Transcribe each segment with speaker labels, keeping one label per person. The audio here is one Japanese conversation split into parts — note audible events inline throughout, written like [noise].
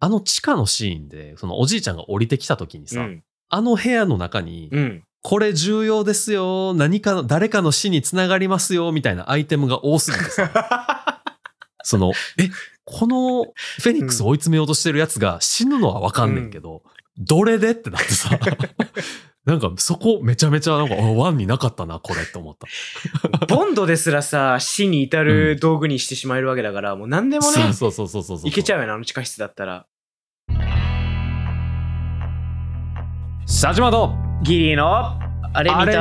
Speaker 1: あの地下のシーンで、そのおじいちゃんが降りてきた時に
Speaker 2: う
Speaker 1: さ、
Speaker 2: ん。
Speaker 1: あの部屋の中に、
Speaker 2: うん。
Speaker 1: これ重要ですよ、何かの、誰かの死につながりますよ、みたいなアイテムが多すぎ
Speaker 2: [laughs]
Speaker 1: てさ、その、え、このフェニックスを追い詰めようとしてるやつが死ぬのはわかんねんけど、どれでってなって
Speaker 2: [laughs]
Speaker 1: さ、なんかそこめちゃめちゃなんか、あワンになかったな、これって思った。
Speaker 2: ボンドですらさ、死に至る道具にしてしまえるわけ
Speaker 1: [laughs]
Speaker 2: だから、もう何でもね、
Speaker 1: そうそうそうそうそうそう。
Speaker 2: いけちゃうよね、あの地下室だったら。
Speaker 1: 佐島と
Speaker 2: ギリーの、あれ見た
Speaker 1: あれ見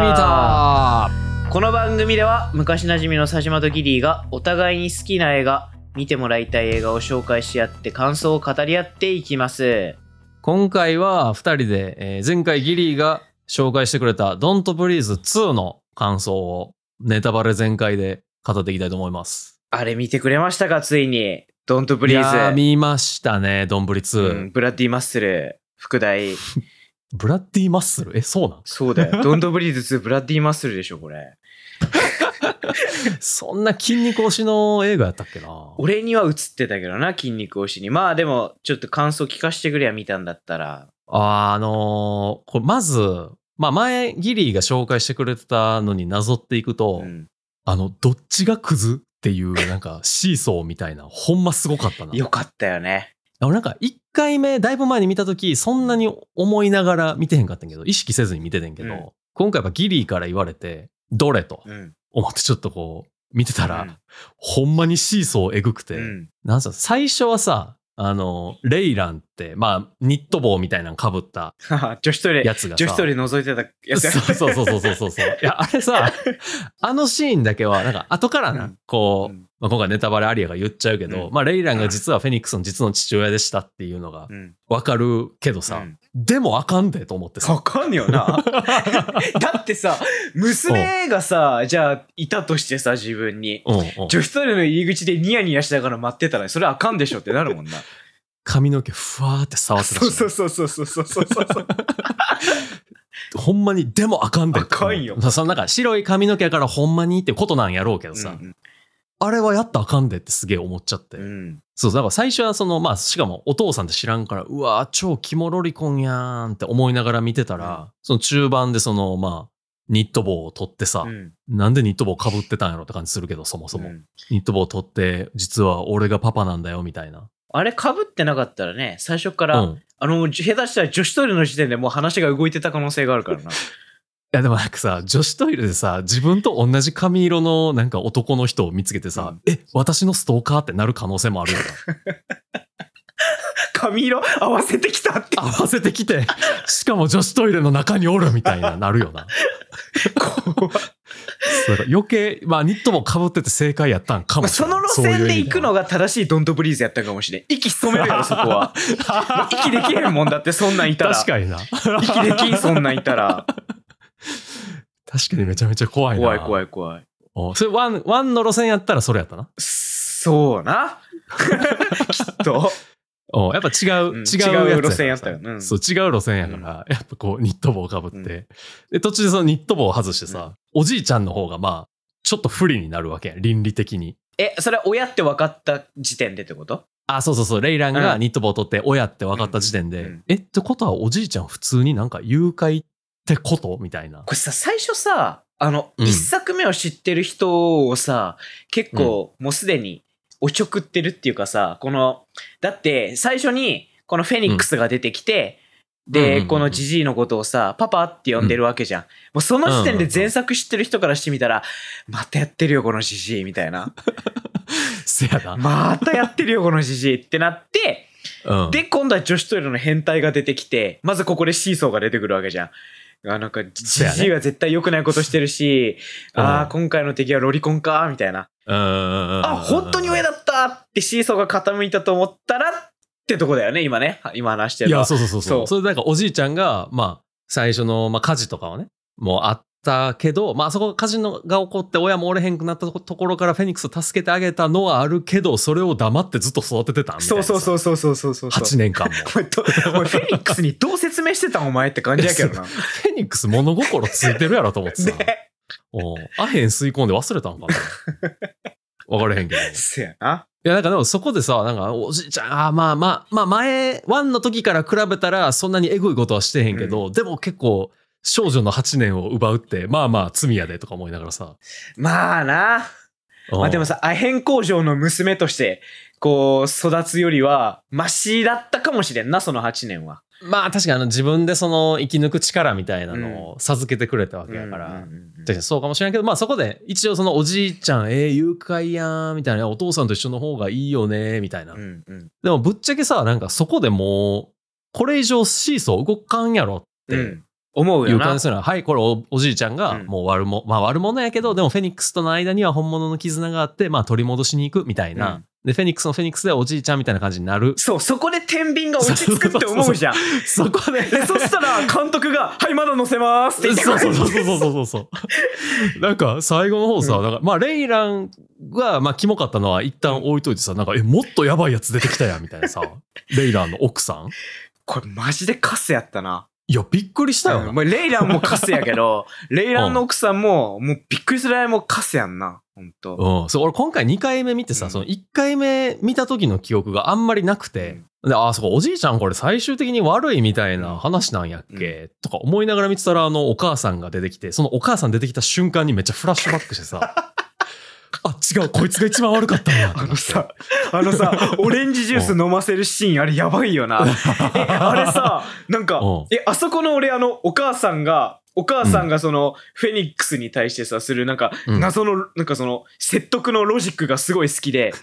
Speaker 1: た
Speaker 2: この番組では、昔なじみの佐島とギリーが、お互いに好きな映画、見てもらいたい映画を紹介し合って、感想を語り合っていきます。
Speaker 1: 今回は2人で、えー前回ギリーが紹介してくれた「Don't Breathe 2」の感想をネタバレ全開で語っていきたいと思います。
Speaker 2: あれ見てくれましたか、ついに。ドントブ
Speaker 1: い
Speaker 2: リ
Speaker 1: やー
Speaker 2: ーズ。
Speaker 1: 見ましたね「ドンブリ2」
Speaker 2: うん、ブラッディマッスル、副題。
Speaker 1: ブラッディマッスルえそうなん
Speaker 2: そ
Speaker 1: [laughs]
Speaker 2: うだよ。ドントブリーズ2、ブラッディマッスルでしょ、これ。
Speaker 1: [laughs] そんな筋肉推しの映画やったっけな
Speaker 2: 俺には映ってたけどな、筋肉推しに。まあでも、ちょっと感想聞かしてくれや、見たんだったら。
Speaker 1: あーあのーこれまず、まあ、前ギリーが紹介してくれてたのになぞっていくと、
Speaker 2: うん
Speaker 1: あのどっちがクズっていうなんかシーソーみたいなほんますごかったな
Speaker 2: よかったよね。
Speaker 1: あ俺なんか1回目だいぶ前に見た時そんなに思いながら見てへんかったんやけど意識せずに見ててんけど、
Speaker 2: うん
Speaker 1: 今回やっぱギリーから言われてどれと
Speaker 2: うん。
Speaker 1: 思ってちょっとこう見てたら、
Speaker 2: うん
Speaker 1: ほんまにシーソーえぐくて、
Speaker 2: うん。 [laughs]
Speaker 1: なんすか最初はさあのレイランってまあニット帽みたいなのかぶった
Speaker 2: はは女子トイレ、
Speaker 1: やつがさ
Speaker 2: 女子トイレ覗いてたやつや。
Speaker 1: そうそうそうそうそうそうそう。いや、あれさ、
Speaker 2: [laughs]
Speaker 1: あのシーンだけは、なんか後からな、
Speaker 2: うん
Speaker 1: こう、
Speaker 2: うん
Speaker 1: まあ、今回ネタバレありやが言っちゃうけど、
Speaker 2: うん
Speaker 1: まあ、レイランが実はフェニックスの実の父親でしたっていうのが
Speaker 2: うん。
Speaker 1: わかるけどさ、
Speaker 2: うん
Speaker 1: でもあかんでと思ってさ。
Speaker 2: わかんねえ
Speaker 1: [laughs]
Speaker 2: よな。だってさ、娘がさ、じゃあ、いたとしてさ、自分に。
Speaker 1: うんうん
Speaker 2: 女子トイレの入り口でニヤニヤしながら待ってたら、それあかんでしょってなるもんな。
Speaker 1: 髪の毛ふわーって触ってたし
Speaker 2: そ
Speaker 1: ね、
Speaker 2: うそうそうそうそうそうそう。
Speaker 1: ほんまにでもあかんでって思
Speaker 2: あか
Speaker 1: うん
Speaker 2: よ
Speaker 1: そのなんか白い髪の毛やからほんまにってことなんやろうけどさ、
Speaker 2: うん
Speaker 1: あれはやったらあかんでってすげえ思っちゃって、
Speaker 2: うん。
Speaker 1: そう、だから最初はその、まあ、しかもお父さんって知らんから、うわー超キモロリコンやーんって思いながら見てたら、
Speaker 2: う
Speaker 1: その中盤でその、まあ、ニット帽を取ってさ、
Speaker 2: うん
Speaker 1: なんでニット帽被ってたんやろって感じするけど、そもそも。
Speaker 2: うん
Speaker 1: ニット帽取って、実は俺がパパなんだよ、みたいな。
Speaker 2: あれ被ってなかったらね、最初から、
Speaker 1: うん。い
Speaker 2: あの、下手したら女子トイレの時点でもう話が動いてた可能性があるからな。
Speaker 1: や、でもなんかさ、女子トイレでさ、自分と同じ髪色のなんか男の人を見つけてさ、え、私のストーカーってなる可能性もあるよな。
Speaker 2: [laughs] 髪色合わせてきたって。
Speaker 1: 合わせてきて、しかも女子トイレの中におるみたいな、なるよな。
Speaker 2: 怖い
Speaker 1: そうだから余計、まあ、ニットも被ってて正解やったんか
Speaker 2: [laughs]
Speaker 1: も
Speaker 2: まあ
Speaker 1: しれ
Speaker 2: そ
Speaker 1: ない。
Speaker 2: の路線で行くの
Speaker 1: が。
Speaker 2: が正しいドントブリーズやったかもしれん。息潜めるよ、 [laughs] そこは。もう息できへんもんだって、そんなんいたら。
Speaker 1: 確かにな。
Speaker 2: 息できん、そんなんいた [laughs] ら。
Speaker 1: 確かにめちゃめちゃ怖いな。
Speaker 2: 怖い怖
Speaker 1: い。
Speaker 2: い怖い。
Speaker 1: それ、ワン、ワンの路線やったらそれやったな。
Speaker 2: そうな。 [laughs] きっと。
Speaker 1: おやっぱ違う、
Speaker 2: うん
Speaker 1: 違う
Speaker 2: 違う
Speaker 1: つ
Speaker 2: 路線やったよ
Speaker 1: からさ
Speaker 2: うん
Speaker 1: そう、違う路線やから、やっぱこう、ニット帽被って、
Speaker 2: うん
Speaker 1: で、途中でそのニット帽を外してさ、おじいちゃんの方がまあ、ちょっと不利になるわけやん倫理的に。
Speaker 2: [laughs] え、それは親って分かった時点でってこと
Speaker 1: あ、そうそうそう、レイランが
Speaker 2: うん
Speaker 1: ニット帽を取って、親って分かった時点で、
Speaker 2: うんうん
Speaker 1: え、ってことはおじいちゃん普通になんか誘拐ってことみたいな。
Speaker 2: これさ、最初さ、あの、
Speaker 1: うん
Speaker 2: 一作目を知ってる人をさ、結構もうすでにおちょくってるっていうかさ、この、だって最初にこのフェニックスが出てきて、
Speaker 1: うんうんうん
Speaker 2: で、
Speaker 1: うん
Speaker 2: このジジイのことをさ、パパって呼んでるわけじゃん。もうその時点で前作知ってる人からしてみたら、またやってるよ、このジジイ、みたいな。
Speaker 1: せやな。
Speaker 2: またやってるよ、このジジイってなって、
Speaker 1: うん、
Speaker 2: で、今度は女子トイレの変態が出てきて、まずここでシーソーが出てくるわけじゃん。あなんか、ジ
Speaker 1: そうやね
Speaker 2: ジイは絶対良くないことしてるし、
Speaker 1: うん
Speaker 2: ああ、今回の敵はロリコンか、みたいな。あ、
Speaker 1: あ
Speaker 2: 本当に上だったってシーソーが傾いたと思ったらってとこだよね、今ね。今話して
Speaker 1: い
Speaker 2: るの
Speaker 1: や、
Speaker 2: は。
Speaker 1: そうそうそうそう。
Speaker 2: そう
Speaker 1: それでなんかおじいちゃんが、まあ、最初の、まあ、火事とかはね、もうあったけど、まあ、あそこ火事のが起こって親も折れへんくなったとこところからフェニックスを助けてあげたのはあるけど、それを黙ってずっと育ててたみたいな。
Speaker 2: そうそうそううそうそうそうそう。
Speaker 1: 8年間も。
Speaker 2: お前どお [laughs] 前フェニックスにどう説明してたんお前って感じやけど
Speaker 1: [laughs]
Speaker 2: な。
Speaker 1: フェニックス物心ついてるやろと思ってさ。
Speaker 2: [laughs] ね [laughs]
Speaker 1: おうアヘン吸い込んで忘れたんかな。わからへんけど。い
Speaker 2: そやな。
Speaker 1: や、なんかでもそこでさ、なんか、おじいちゃん、あーまあまあ、まあ前、ワンの時から比べたらそんなにエグいことはしてへんけど、でも結構、少女の8年を奪うって、まあまあ罪やでとか思いながらさ。
Speaker 2: まあな。まあでも
Speaker 1: さ、
Speaker 2: さ、アヘン工場の娘として、こう、育つよりは、マシだったかもしれんな、その8年は。
Speaker 1: まあ確かにあの自分でその生き抜く力みたいなのを授けてくれたわけやから。
Speaker 2: うんうんうんうん
Speaker 1: 確かにそうかもしれないけど、まあそこで一応そのおじいちゃん、えー、誘拐やん、みたいな、お父さんと一緒の方がいいよね、みたいな。
Speaker 2: うんうん
Speaker 1: でもぶっちゃけさ、なんかそこでもう、これ以上シーソー動かんやろって
Speaker 2: う
Speaker 1: い
Speaker 2: ん思うよ
Speaker 1: う
Speaker 2: な。
Speaker 1: 感じするのは、はい、これおおじいちゃんが
Speaker 2: うん
Speaker 1: もう悪者、まあ悪者やけど、でもフェニックスとの間には本物の絆があって、まあ取り戻しに行くみたいな。
Speaker 2: うん。
Speaker 1: で、フェニックスのフェニックスでおじいちゃんみたいな感じになる
Speaker 2: そう、そこで天秤が落ち着くって思うじゃん。
Speaker 1: そこ [laughs] で、
Speaker 2: で、そしたら監督が、はい、まだ乗せますって言って
Speaker 1: そうそうそうそうそうそうそう。なんか最後の方さ、
Speaker 2: うん
Speaker 1: なんかまあレイランがまあキモかったのは一旦置いといてさ、なんかえもっとやばいやつ出てきたやんみたいなさ、レイランの奥さん。
Speaker 2: これマジでカスやったな。
Speaker 1: いやびっくりしたよな。
Speaker 2: うんまあレイランもカスや
Speaker 1: [laughs]
Speaker 2: けど、レイランの奥さんも、もうびっくりするぐらいもうカスやんな。ほんと。
Speaker 1: うん、そう俺今回2回目見てさ、
Speaker 2: うん
Speaker 1: その1回目見た時の記憶があんまりなくて、でああそうかおじいちゃんこれ最終的に悪いみたいな話なんやっけ、とか思いながら見てたらあのお母さんが出てきてそのお母さん出てきた瞬間にめっちゃフラッシュバックしてさ
Speaker 2: [laughs]
Speaker 1: あ違うこいつが一番悪かったんやと
Speaker 2: あ
Speaker 1: 思って
Speaker 2: のさ、あのさ、オレンジジュース飲ませるシーン、あれやばいよな。え、あ
Speaker 1: [laughs]
Speaker 2: れさ、なんか
Speaker 1: うん、
Speaker 2: え、あそこの俺、あの、お母さんが、お母さんがその、フェニックスに対してさ、する、なんか、
Speaker 1: うん
Speaker 2: 謎の、なんかその、説得のロジックがすごい好きで、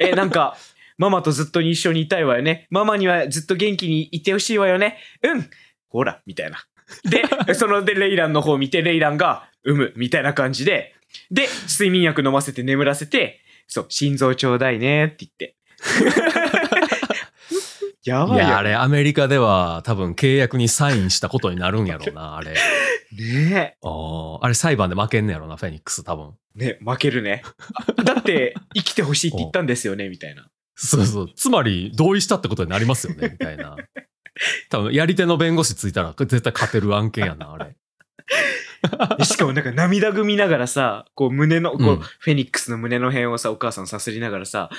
Speaker 2: え、なん
Speaker 1: [laughs]
Speaker 2: か、ママとずっと一緒にいたいわよね。ママにはずっと元気にいてほしいわよね。うん。ほら、みたいな。
Speaker 1: [laughs]
Speaker 2: で、その、で、レイランの方を見て、レイランが、産む、みたいな感じで、で、睡眠薬飲ませて眠らせて、そう、心臓ちょうだいねって言
Speaker 1: [laughs]
Speaker 2: って。やば
Speaker 1: い
Speaker 2: いよ
Speaker 1: や、あれ、アメリカでは多分契約にサインしたことになるんやろうな、あ
Speaker 2: [laughs]
Speaker 1: れ。
Speaker 2: ね
Speaker 1: あーあれ、裁判で負けんねやろうな、フェニックス、多分。
Speaker 2: え。ね、負けるね。
Speaker 1: [laughs]
Speaker 2: だって、生きてほしいって言ったんですよね、みたいな。
Speaker 1: そうそう。つまり、同意したってことになりますよね、みたい
Speaker 2: [laughs]
Speaker 1: な。多分、やり手の弁護士ついたら、絶対勝てる案件やな、あれ。
Speaker 2: しかもなんか涙ぐみながらさ、こう胸の、こう、
Speaker 1: うん
Speaker 2: フェニックスの胸の辺をさ、お母さんさすりながらさ、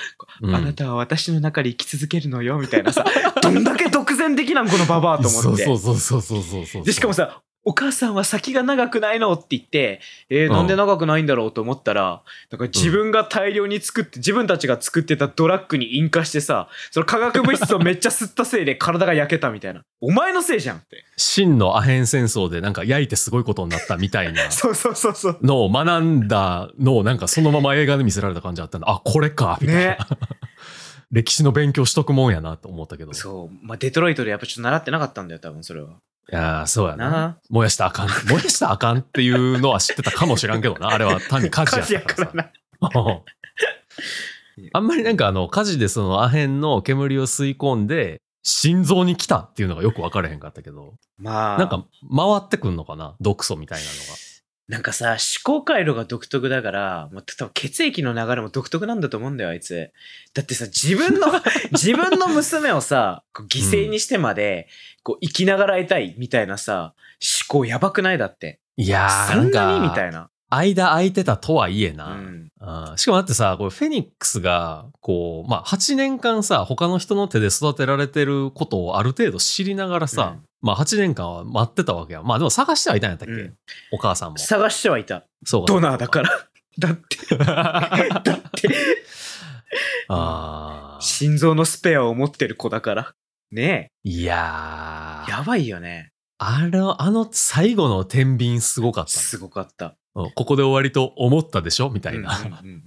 Speaker 1: うん
Speaker 2: [laughs] あなたは私の中で生き続けるのよ、みたいなさ、どんだけ独善的なんこのババアと思って。
Speaker 1: そうそうそうそうそうそうそう。
Speaker 2: で、しかも
Speaker 1: さ、
Speaker 2: さ、お母さんは先が長くないのって言って、えー
Speaker 1: うん
Speaker 2: なんで長くないんだろうと思ったら、なんか自分が大量に作って、自分たちが作ってたドラッグに引火してさ、その化学物質をめっちゃ吸ったせいで体が焼けたみたいな。お前のせいじゃんって。 [laughs]
Speaker 1: 真のアヘン戦争でなんか焼いてすごいことになったみたい
Speaker 2: [laughs]
Speaker 1: な
Speaker 2: そうそうそうそう。
Speaker 1: のを学んだのをなんかそのまま映画で見せられた感じあったんで、あ、これか、みたいな。
Speaker 2: ね。
Speaker 1: 歴史の勉強しとくもんやなと思ったけど。い
Speaker 2: [laughs] そう。まあ、デトロイトでやっぱちょっと習ってなかったんだよ、多分それは。
Speaker 1: やーそうやな。
Speaker 2: な
Speaker 1: 燃やしたらあかん、燃やしたらあかんっていうのは知ってたかもしらんけどな。あれは単に
Speaker 2: あ。
Speaker 1: 火
Speaker 2: 火
Speaker 1: 事
Speaker 2: 事
Speaker 1: や
Speaker 2: や
Speaker 1: ったか
Speaker 2: かららな。
Speaker 1: さ。うん [laughs] あんまりなんかあの火事でそのアヘンの煙を吸い込んで心臓に来たっていうのがよく分からへんかったけど、
Speaker 2: まあ、
Speaker 1: なんか回ってくんのかな毒素みたいなのが。
Speaker 2: なんかさ、思考回路が独特だから、もう多分血液の流れも独特なんだと思うんだよ、あいつ。だってさ、自分
Speaker 1: [laughs]
Speaker 2: の、自分の娘をさ、こう犠牲にしてまで、こう生きながらいたいみたいなさ、思考やばくないだって。
Speaker 1: いやー、
Speaker 2: そん
Speaker 1: な
Speaker 2: なんにみ
Speaker 1: か
Speaker 2: たいな。
Speaker 1: 間空いてたとはいえ
Speaker 2: う
Speaker 1: な。
Speaker 2: ん。
Speaker 1: あーしかもだってさ、これフェニックスが、こう、まあ、8年間さ、他の人の手で育てられてることをある程度知りながらさ、
Speaker 2: うん
Speaker 1: まあ、8年間は待ってたわけやん。まあ、でも探してはいたんやったっけ、
Speaker 2: うん
Speaker 1: お母さんも。
Speaker 2: 探してはいた。
Speaker 1: そうか
Speaker 2: ドナー
Speaker 1: [laughs]
Speaker 2: だから。だって、だって、 [laughs]
Speaker 1: あー
Speaker 2: 心臓のスペアを持ってる子だから。ね
Speaker 1: いや
Speaker 2: え。
Speaker 1: ー
Speaker 2: やばいよね。
Speaker 1: あの、あの最後の天秤すごかったね、
Speaker 2: すごかった。
Speaker 1: うんここで終わりと思ったでしょみたいな
Speaker 2: うんうんうんうん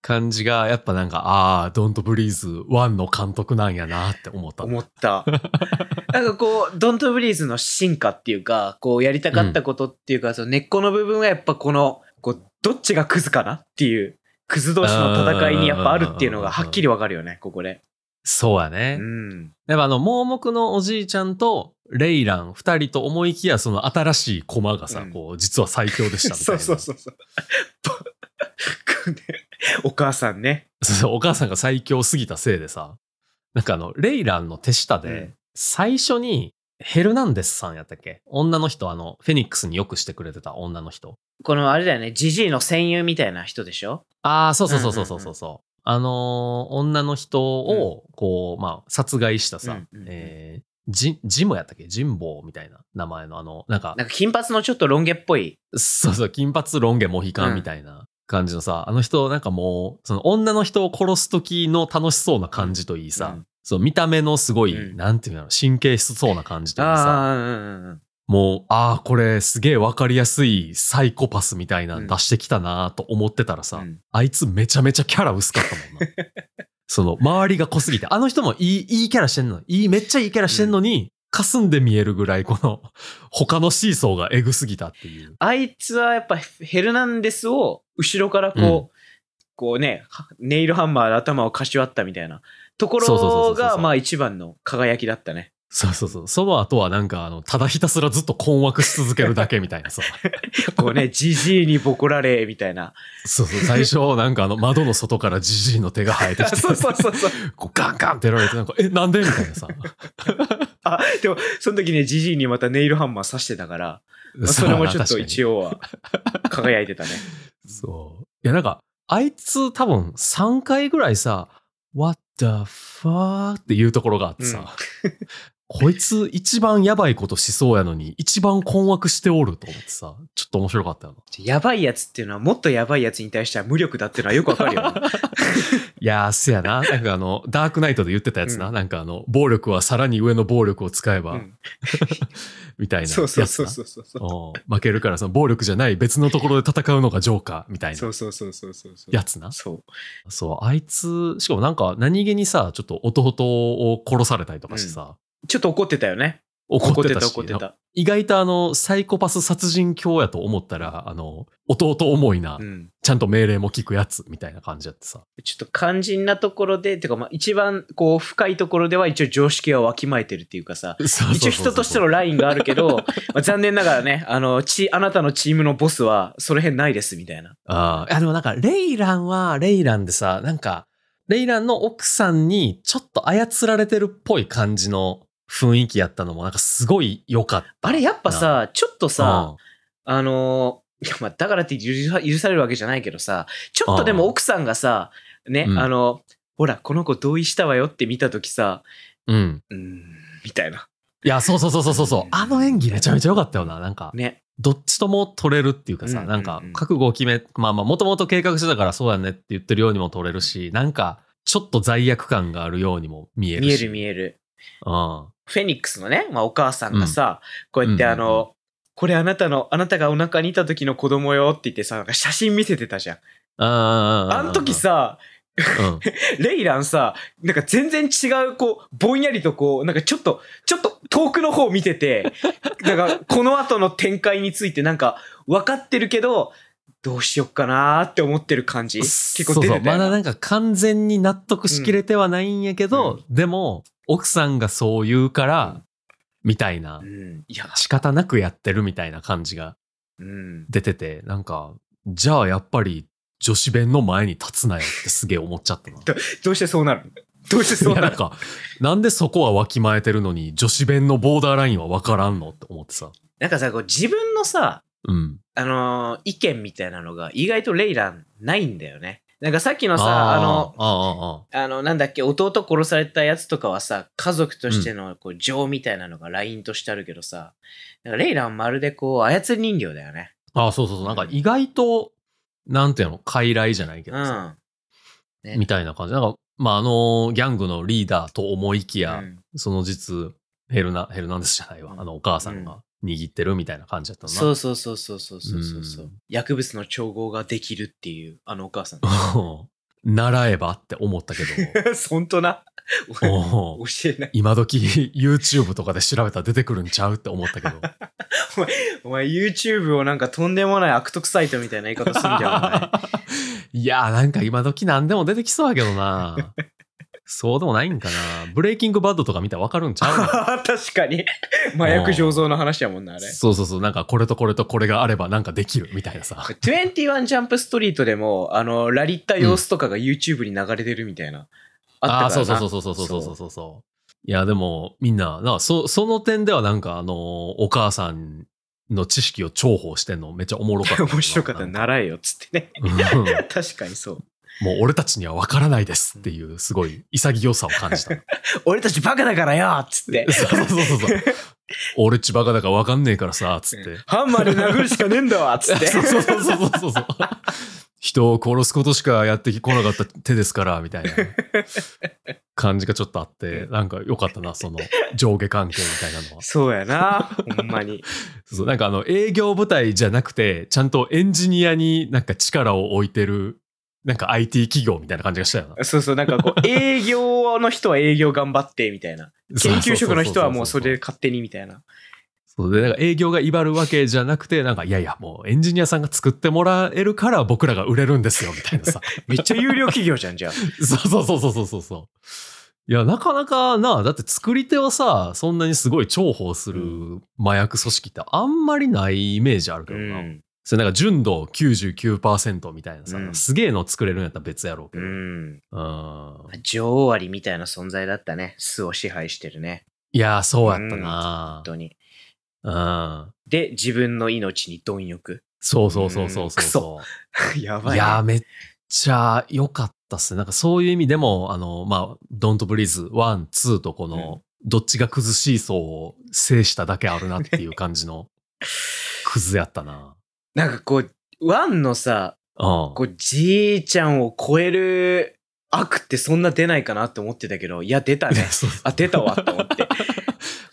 Speaker 1: 感じが、やっぱなんか、ああ、ドントブリーズ1の監督なんやなって思った。
Speaker 2: 思った。 [laughs] なんかこう、ドントブリーズの進化っていうか、こうやりたかったことっていうか、その根っこの部分はやっぱこの、こう、どっちがクズかなっていう、クズ同士の戦いにやっぱあるっていうのがはっきりわかるよね、ここで。
Speaker 1: そうや
Speaker 2: う
Speaker 1: ね。
Speaker 2: ん。
Speaker 1: やっぱあの、盲目のおじいちゃんと、レイラン二人と思いきや、その新しい駒がさ、
Speaker 2: うん
Speaker 1: こう、実は最強でしたみたい
Speaker 2: [laughs] そ
Speaker 1: な。
Speaker 2: うそうそうそう。お母さんね。
Speaker 1: そうそうお母さんが最強すぎたせいでさ、なんかあの、レイランの手下で、
Speaker 2: うん
Speaker 1: 最初に、ヘルナンデスさんやったっけ女の人、あの、フェニックスによくしてくれてた女の人。
Speaker 2: このあれだよね、ジジイの戦友みたいな人でしょ
Speaker 1: ああ、そうそうそうそうそうそうそう。あのー女の人を、こう、まあ、殺害したさ、
Speaker 2: うんうんうん
Speaker 1: えージジムやったっけジンボーみたいな名前のあの、なんか、
Speaker 2: なんか金髪のちょっとロン毛っぽい。
Speaker 1: そうそう、金髪ロン毛モヒカンみたいな感じのさ、あの人、なんかもう、その女の人を殺す時の楽しそうな感じといいさ、
Speaker 2: うん
Speaker 1: そう、見た目のすごい、
Speaker 2: うん
Speaker 1: なんていうの、神経質そうな感じといいさ、
Speaker 2: あー、うんうんうん。
Speaker 1: もう、ああ、これすげえわかりやすいサイコパスみたいなの出してきたなと思ってたらさ、
Speaker 2: うん
Speaker 1: あいつめちゃめちゃキャラ薄かったもんな。
Speaker 2: [laughs]
Speaker 1: その、周りが濃すぎて、あの人もいい、いいキャラしてんの、いい、めっちゃいいキャラしてんのに、霞んで見えるぐらい、この、他のシーソーがエグすぎたっていう。
Speaker 2: あいつはやっぱヘルナンデスを後ろからこう、
Speaker 1: うん
Speaker 2: こうね、はネイルハンマーで頭をかしわったみたいなとこ
Speaker 1: そうそうそうそ
Speaker 2: ろ
Speaker 1: うそうそ
Speaker 2: が、
Speaker 1: う
Speaker 2: まあ一番の輝きだったね。
Speaker 1: そうそうそう。その後はなんか、あの、ただひたすらずっと困惑し続けるだけみたいなさ。
Speaker 2: [laughs] こ
Speaker 1: [laughs]
Speaker 2: うね、ジジイにボコられ、みたいな。
Speaker 1: そうそう。最初、なんかあの、窓の外からジジイの手が生えてきて、
Speaker 2: [laughs] そうそうそうそう。
Speaker 1: こうガンガンってやられて、なんか、え、なんでみたいなさ。
Speaker 2: あ、でも、その時ね、ジジイにまたネイルハンマー刺してたから、 [laughs] それもちょっと一
Speaker 1: 応。
Speaker 2: 応は輝いてたね。
Speaker 1: そう。いや、なんか、あいつ多分3回ぐらいさ、What the fuck? っていうところがあってさ、 [laughs] こいつ一番やばいことしそうやのに、一番困惑しておると思ってさ、ちょっと面白かったよな。
Speaker 2: やばいやつっていうのは、もっとやばいやつに対しては無力だっていうのはよくわかるよね。
Speaker 1: いやー、せやな。なんかあの、ダークナイトで言ってたやつな。
Speaker 2: うん
Speaker 1: なんかあの、暴力はさらに上の暴力を使えば、
Speaker 2: うん
Speaker 1: みたいなやつ
Speaker 2: そ
Speaker 1: な。
Speaker 2: うそうそうそうそ
Speaker 1: う
Speaker 2: う。
Speaker 1: ん負けるから、その暴力じゃない別のところで戦うのがジョーカーみたい
Speaker 2: そ
Speaker 1: な
Speaker 2: うそうそうそうそうそう。
Speaker 1: やつな。
Speaker 2: そう。
Speaker 1: そう、あいつ、しかもなんか何気にさ、ちょっと弟を殺されたりとかしてさ、
Speaker 2: ちょっと怒ってたよね。
Speaker 1: 怒ってたし
Speaker 2: 怒ってた。
Speaker 1: 意外とあの、サイコパス殺人狂やと思ったら、あの、弟思いな、
Speaker 2: うん。
Speaker 1: ちゃんと命令も聞くやつみたいな感じやってさ。 [laughs]
Speaker 2: ちょっと肝心なところで、てかまあ一番こう深いところでは一応常識はわきまえてるっていうかさ、一応人としてのラインがあるけど、 [laughs] まあ残念ながらね、あの、チ、あなたのチームのボスはその辺ないですみたいな。
Speaker 1: ああ。いやでもなんか、レイランは、レイランでさ、なんか、レイランの奥さんにちょっと操られてるっぽい感じの雰囲気やったのも、なんかすごい良かった。
Speaker 2: あれやっぱ
Speaker 1: な、
Speaker 2: さ、ちょっとさ、
Speaker 1: うん
Speaker 2: あの、いやまあだからって許さ許されるわけじゃないけどさ、ちょっとでも奥さんがさ、ね、
Speaker 1: うん
Speaker 2: あの、ほら、この子同意したわよって見たときさ、
Speaker 1: うん。
Speaker 2: うーん、みたいな。
Speaker 1: いや、そうそうそうそうそうそう。あの演技めちゃめちゃ良かったよな。なんか、
Speaker 2: ね。
Speaker 1: どっちとも取れるっていうかさ、
Speaker 2: うん
Speaker 1: なんか
Speaker 2: うんうん
Speaker 1: 覚悟を決め、まあまあ、もともと計画してたからそうだねって言ってるようにも取れるし、なんか、ちょっと罪悪感があるようにも見える
Speaker 2: 見え
Speaker 1: し。
Speaker 2: る見える。
Speaker 1: うん。
Speaker 2: フェニックスのね、まあ、お母さんがさ、こうやって
Speaker 1: うんう
Speaker 2: あ
Speaker 1: んうん
Speaker 2: の、これあなたの、あなたがお腹にいた時の子供よって言ってさ、なんか写真見せてたじゃん。
Speaker 1: あ
Speaker 2: あの時、さ、
Speaker 1: うん、
Speaker 2: レイランさ、なんか全然違う、こう、ぼんやりとこう、なんかちょっと、ちょっと遠くの方を見てて、 [laughs] なんかこの後の展開についてなんか分かってるけど、どうしよっかなーって思ってる感じ。結構出てた
Speaker 1: そうそ
Speaker 2: よ
Speaker 1: う
Speaker 2: ね
Speaker 1: まだなんか完全に納得しきれてはないんやけど、
Speaker 2: うん
Speaker 1: でも奥さんがそう言うから、
Speaker 2: うん
Speaker 1: みたいな
Speaker 2: うん。いや、
Speaker 1: 仕方なくやってるみたいな感じが
Speaker 2: うん。
Speaker 1: 出ててなんかじゃあやっぱり女子弁の前に立つなよってすげえ思っちゃったな
Speaker 2: どうしてそうなるどうして
Speaker 1: い
Speaker 2: [laughs] そう
Speaker 1: や
Speaker 2: な
Speaker 1: なん
Speaker 2: る
Speaker 1: か、なんでそこはわきまえてるのに、女子弁のボーダーラインはわからんのって思ってさ。
Speaker 2: なんかさ、こう自分のさ、
Speaker 1: うん。
Speaker 2: あのー意見みたいなのが意外とレイランないんだよね。なんかさっきの
Speaker 1: あ
Speaker 2: さ、あの、
Speaker 1: ああ、あ
Speaker 2: あの、なんだっけ、弟殺されたやつとかはさ、家族としてのこう情みたいなのがラインとしてあるけどさ、なんかレイランはまるでこう、操り人形だよね。
Speaker 1: あ、ああそうそうそう。なんか意外と、なんていうの、傀儡じゃないけ
Speaker 2: う
Speaker 1: どさ、
Speaker 2: ん。うん
Speaker 1: みたいな感じ。なんか、まあ、あの、ギャングのリーダーと思いきや、
Speaker 2: うん
Speaker 1: その実、ヘルナ、ヘルナンデスじゃないわ。あの、お母さんが握ってるみたいな感じだったのな。
Speaker 2: そうそうそうそうそうそうそうそう
Speaker 1: うん
Speaker 2: 薬物の調合ができるっていう、あの
Speaker 1: [laughs]
Speaker 2: お母さん。
Speaker 1: 習えばって思ったけ
Speaker 2: 本当な。
Speaker 1: [laughs] ど。
Speaker 2: 教
Speaker 1: おう
Speaker 2: えない。
Speaker 1: 今時 YouTube とかで調べたら出てくるんちゃうって思ったけど。
Speaker 2: お前 YouTube をなんかとんでもない悪徳サイトみたいな言い方すんじゃんお前。
Speaker 1: [laughs] いやーなんか今時何でも出てきそうやけどなそうでもないんかなブレイキングバッドとか見たらわかるんち [laughs] ゃう
Speaker 2: [laughs] 確かに。麻薬醸造の話やもんな、あれ。
Speaker 1: そうそうそうなんかこれとこれとこれがあればなんかできるみたいなさ
Speaker 2: 21ジャンプストリートでも、あの、ラリった様子とかが YouTube に流れてるみたいな。
Speaker 1: ああーそうそう
Speaker 2: う。
Speaker 1: そうそうそうそうそうそうそういや、でも、みんな、なそその点ではなんか、あの、お母さんの知識を重宝してんの、めっちゃおもろかったな。
Speaker 2: [laughs] 面白かったら
Speaker 1: な
Speaker 2: 習えよっつってね
Speaker 1: うん
Speaker 2: [laughs] 確かにそう
Speaker 1: もう俺たちには分からないですっていう、すごい潔さを感
Speaker 2: [laughs]
Speaker 1: じた。
Speaker 2: 俺たちバカだからよっつって
Speaker 1: そうそうそうそう。俺っちバカだから分かんねえからさ、つって。
Speaker 2: ハンマーで殴るしかねえんだ [laughs] わっつって
Speaker 1: そうそうそうそうそうそう。人を殺すことしかやってこなかった手ですから、みたいな
Speaker 2: [laughs]
Speaker 1: 感じがちょっとあって、なんか良かったな、その上下関係みたいなのは。
Speaker 2: そうやなほんまに
Speaker 1: そうなんかあの営業部隊じゃなくて、ちゃんとエンジニアになんか力を置いてる、なんか IT 企業みたいな感じがしたよな。
Speaker 2: そうそうなんか [laughs] こう営業の人は営業頑張ってみたいな研究職の人はもうそれで勝手にみたいな
Speaker 1: そうで、なんか営業が威張るわけじゃなくて、なんか、いやいや、もうエンジニアさんが作ってもらえるから僕らが売れるんですよ、みたいな
Speaker 2: [laughs]
Speaker 1: さ。
Speaker 2: めっちゃ有料企業じゃんじゃあ
Speaker 1: そうそうそうそうそうそうそう。いや、なかなかな、だって作り手をさ、そんなにすごい重宝する麻薬組織ってあんまりないイメージあるけ
Speaker 2: う
Speaker 1: どな。
Speaker 2: ん
Speaker 1: それなんか純度99%みたいなさ、
Speaker 2: うん
Speaker 1: すげえの作れるんやったら別やろうけ
Speaker 2: う
Speaker 1: ど。
Speaker 2: ん
Speaker 1: うん。
Speaker 2: 女王アリみたいな存在だったね巣を支配してるね
Speaker 1: いやー、そうやったな
Speaker 2: 本、当に
Speaker 1: うん。
Speaker 2: で自分の命に貪欲
Speaker 1: そうそうそうそうそうそう。
Speaker 2: や
Speaker 1: い [laughs] やー、めっちゃ良かったっすね。なんかそういう意味でも、あの、まあ、Don't Breathe 1、2とこの、どっちがクズシーソーを制しただけあるなっていう感じのクズやったな。
Speaker 2: なんかこうワンのさ
Speaker 1: うん。
Speaker 2: [laughs] こうじいちゃんを超える悪ってそんな出ないかなって思ってたけどいや出
Speaker 1: [laughs]
Speaker 2: たね
Speaker 1: そう
Speaker 2: あ出たわと思って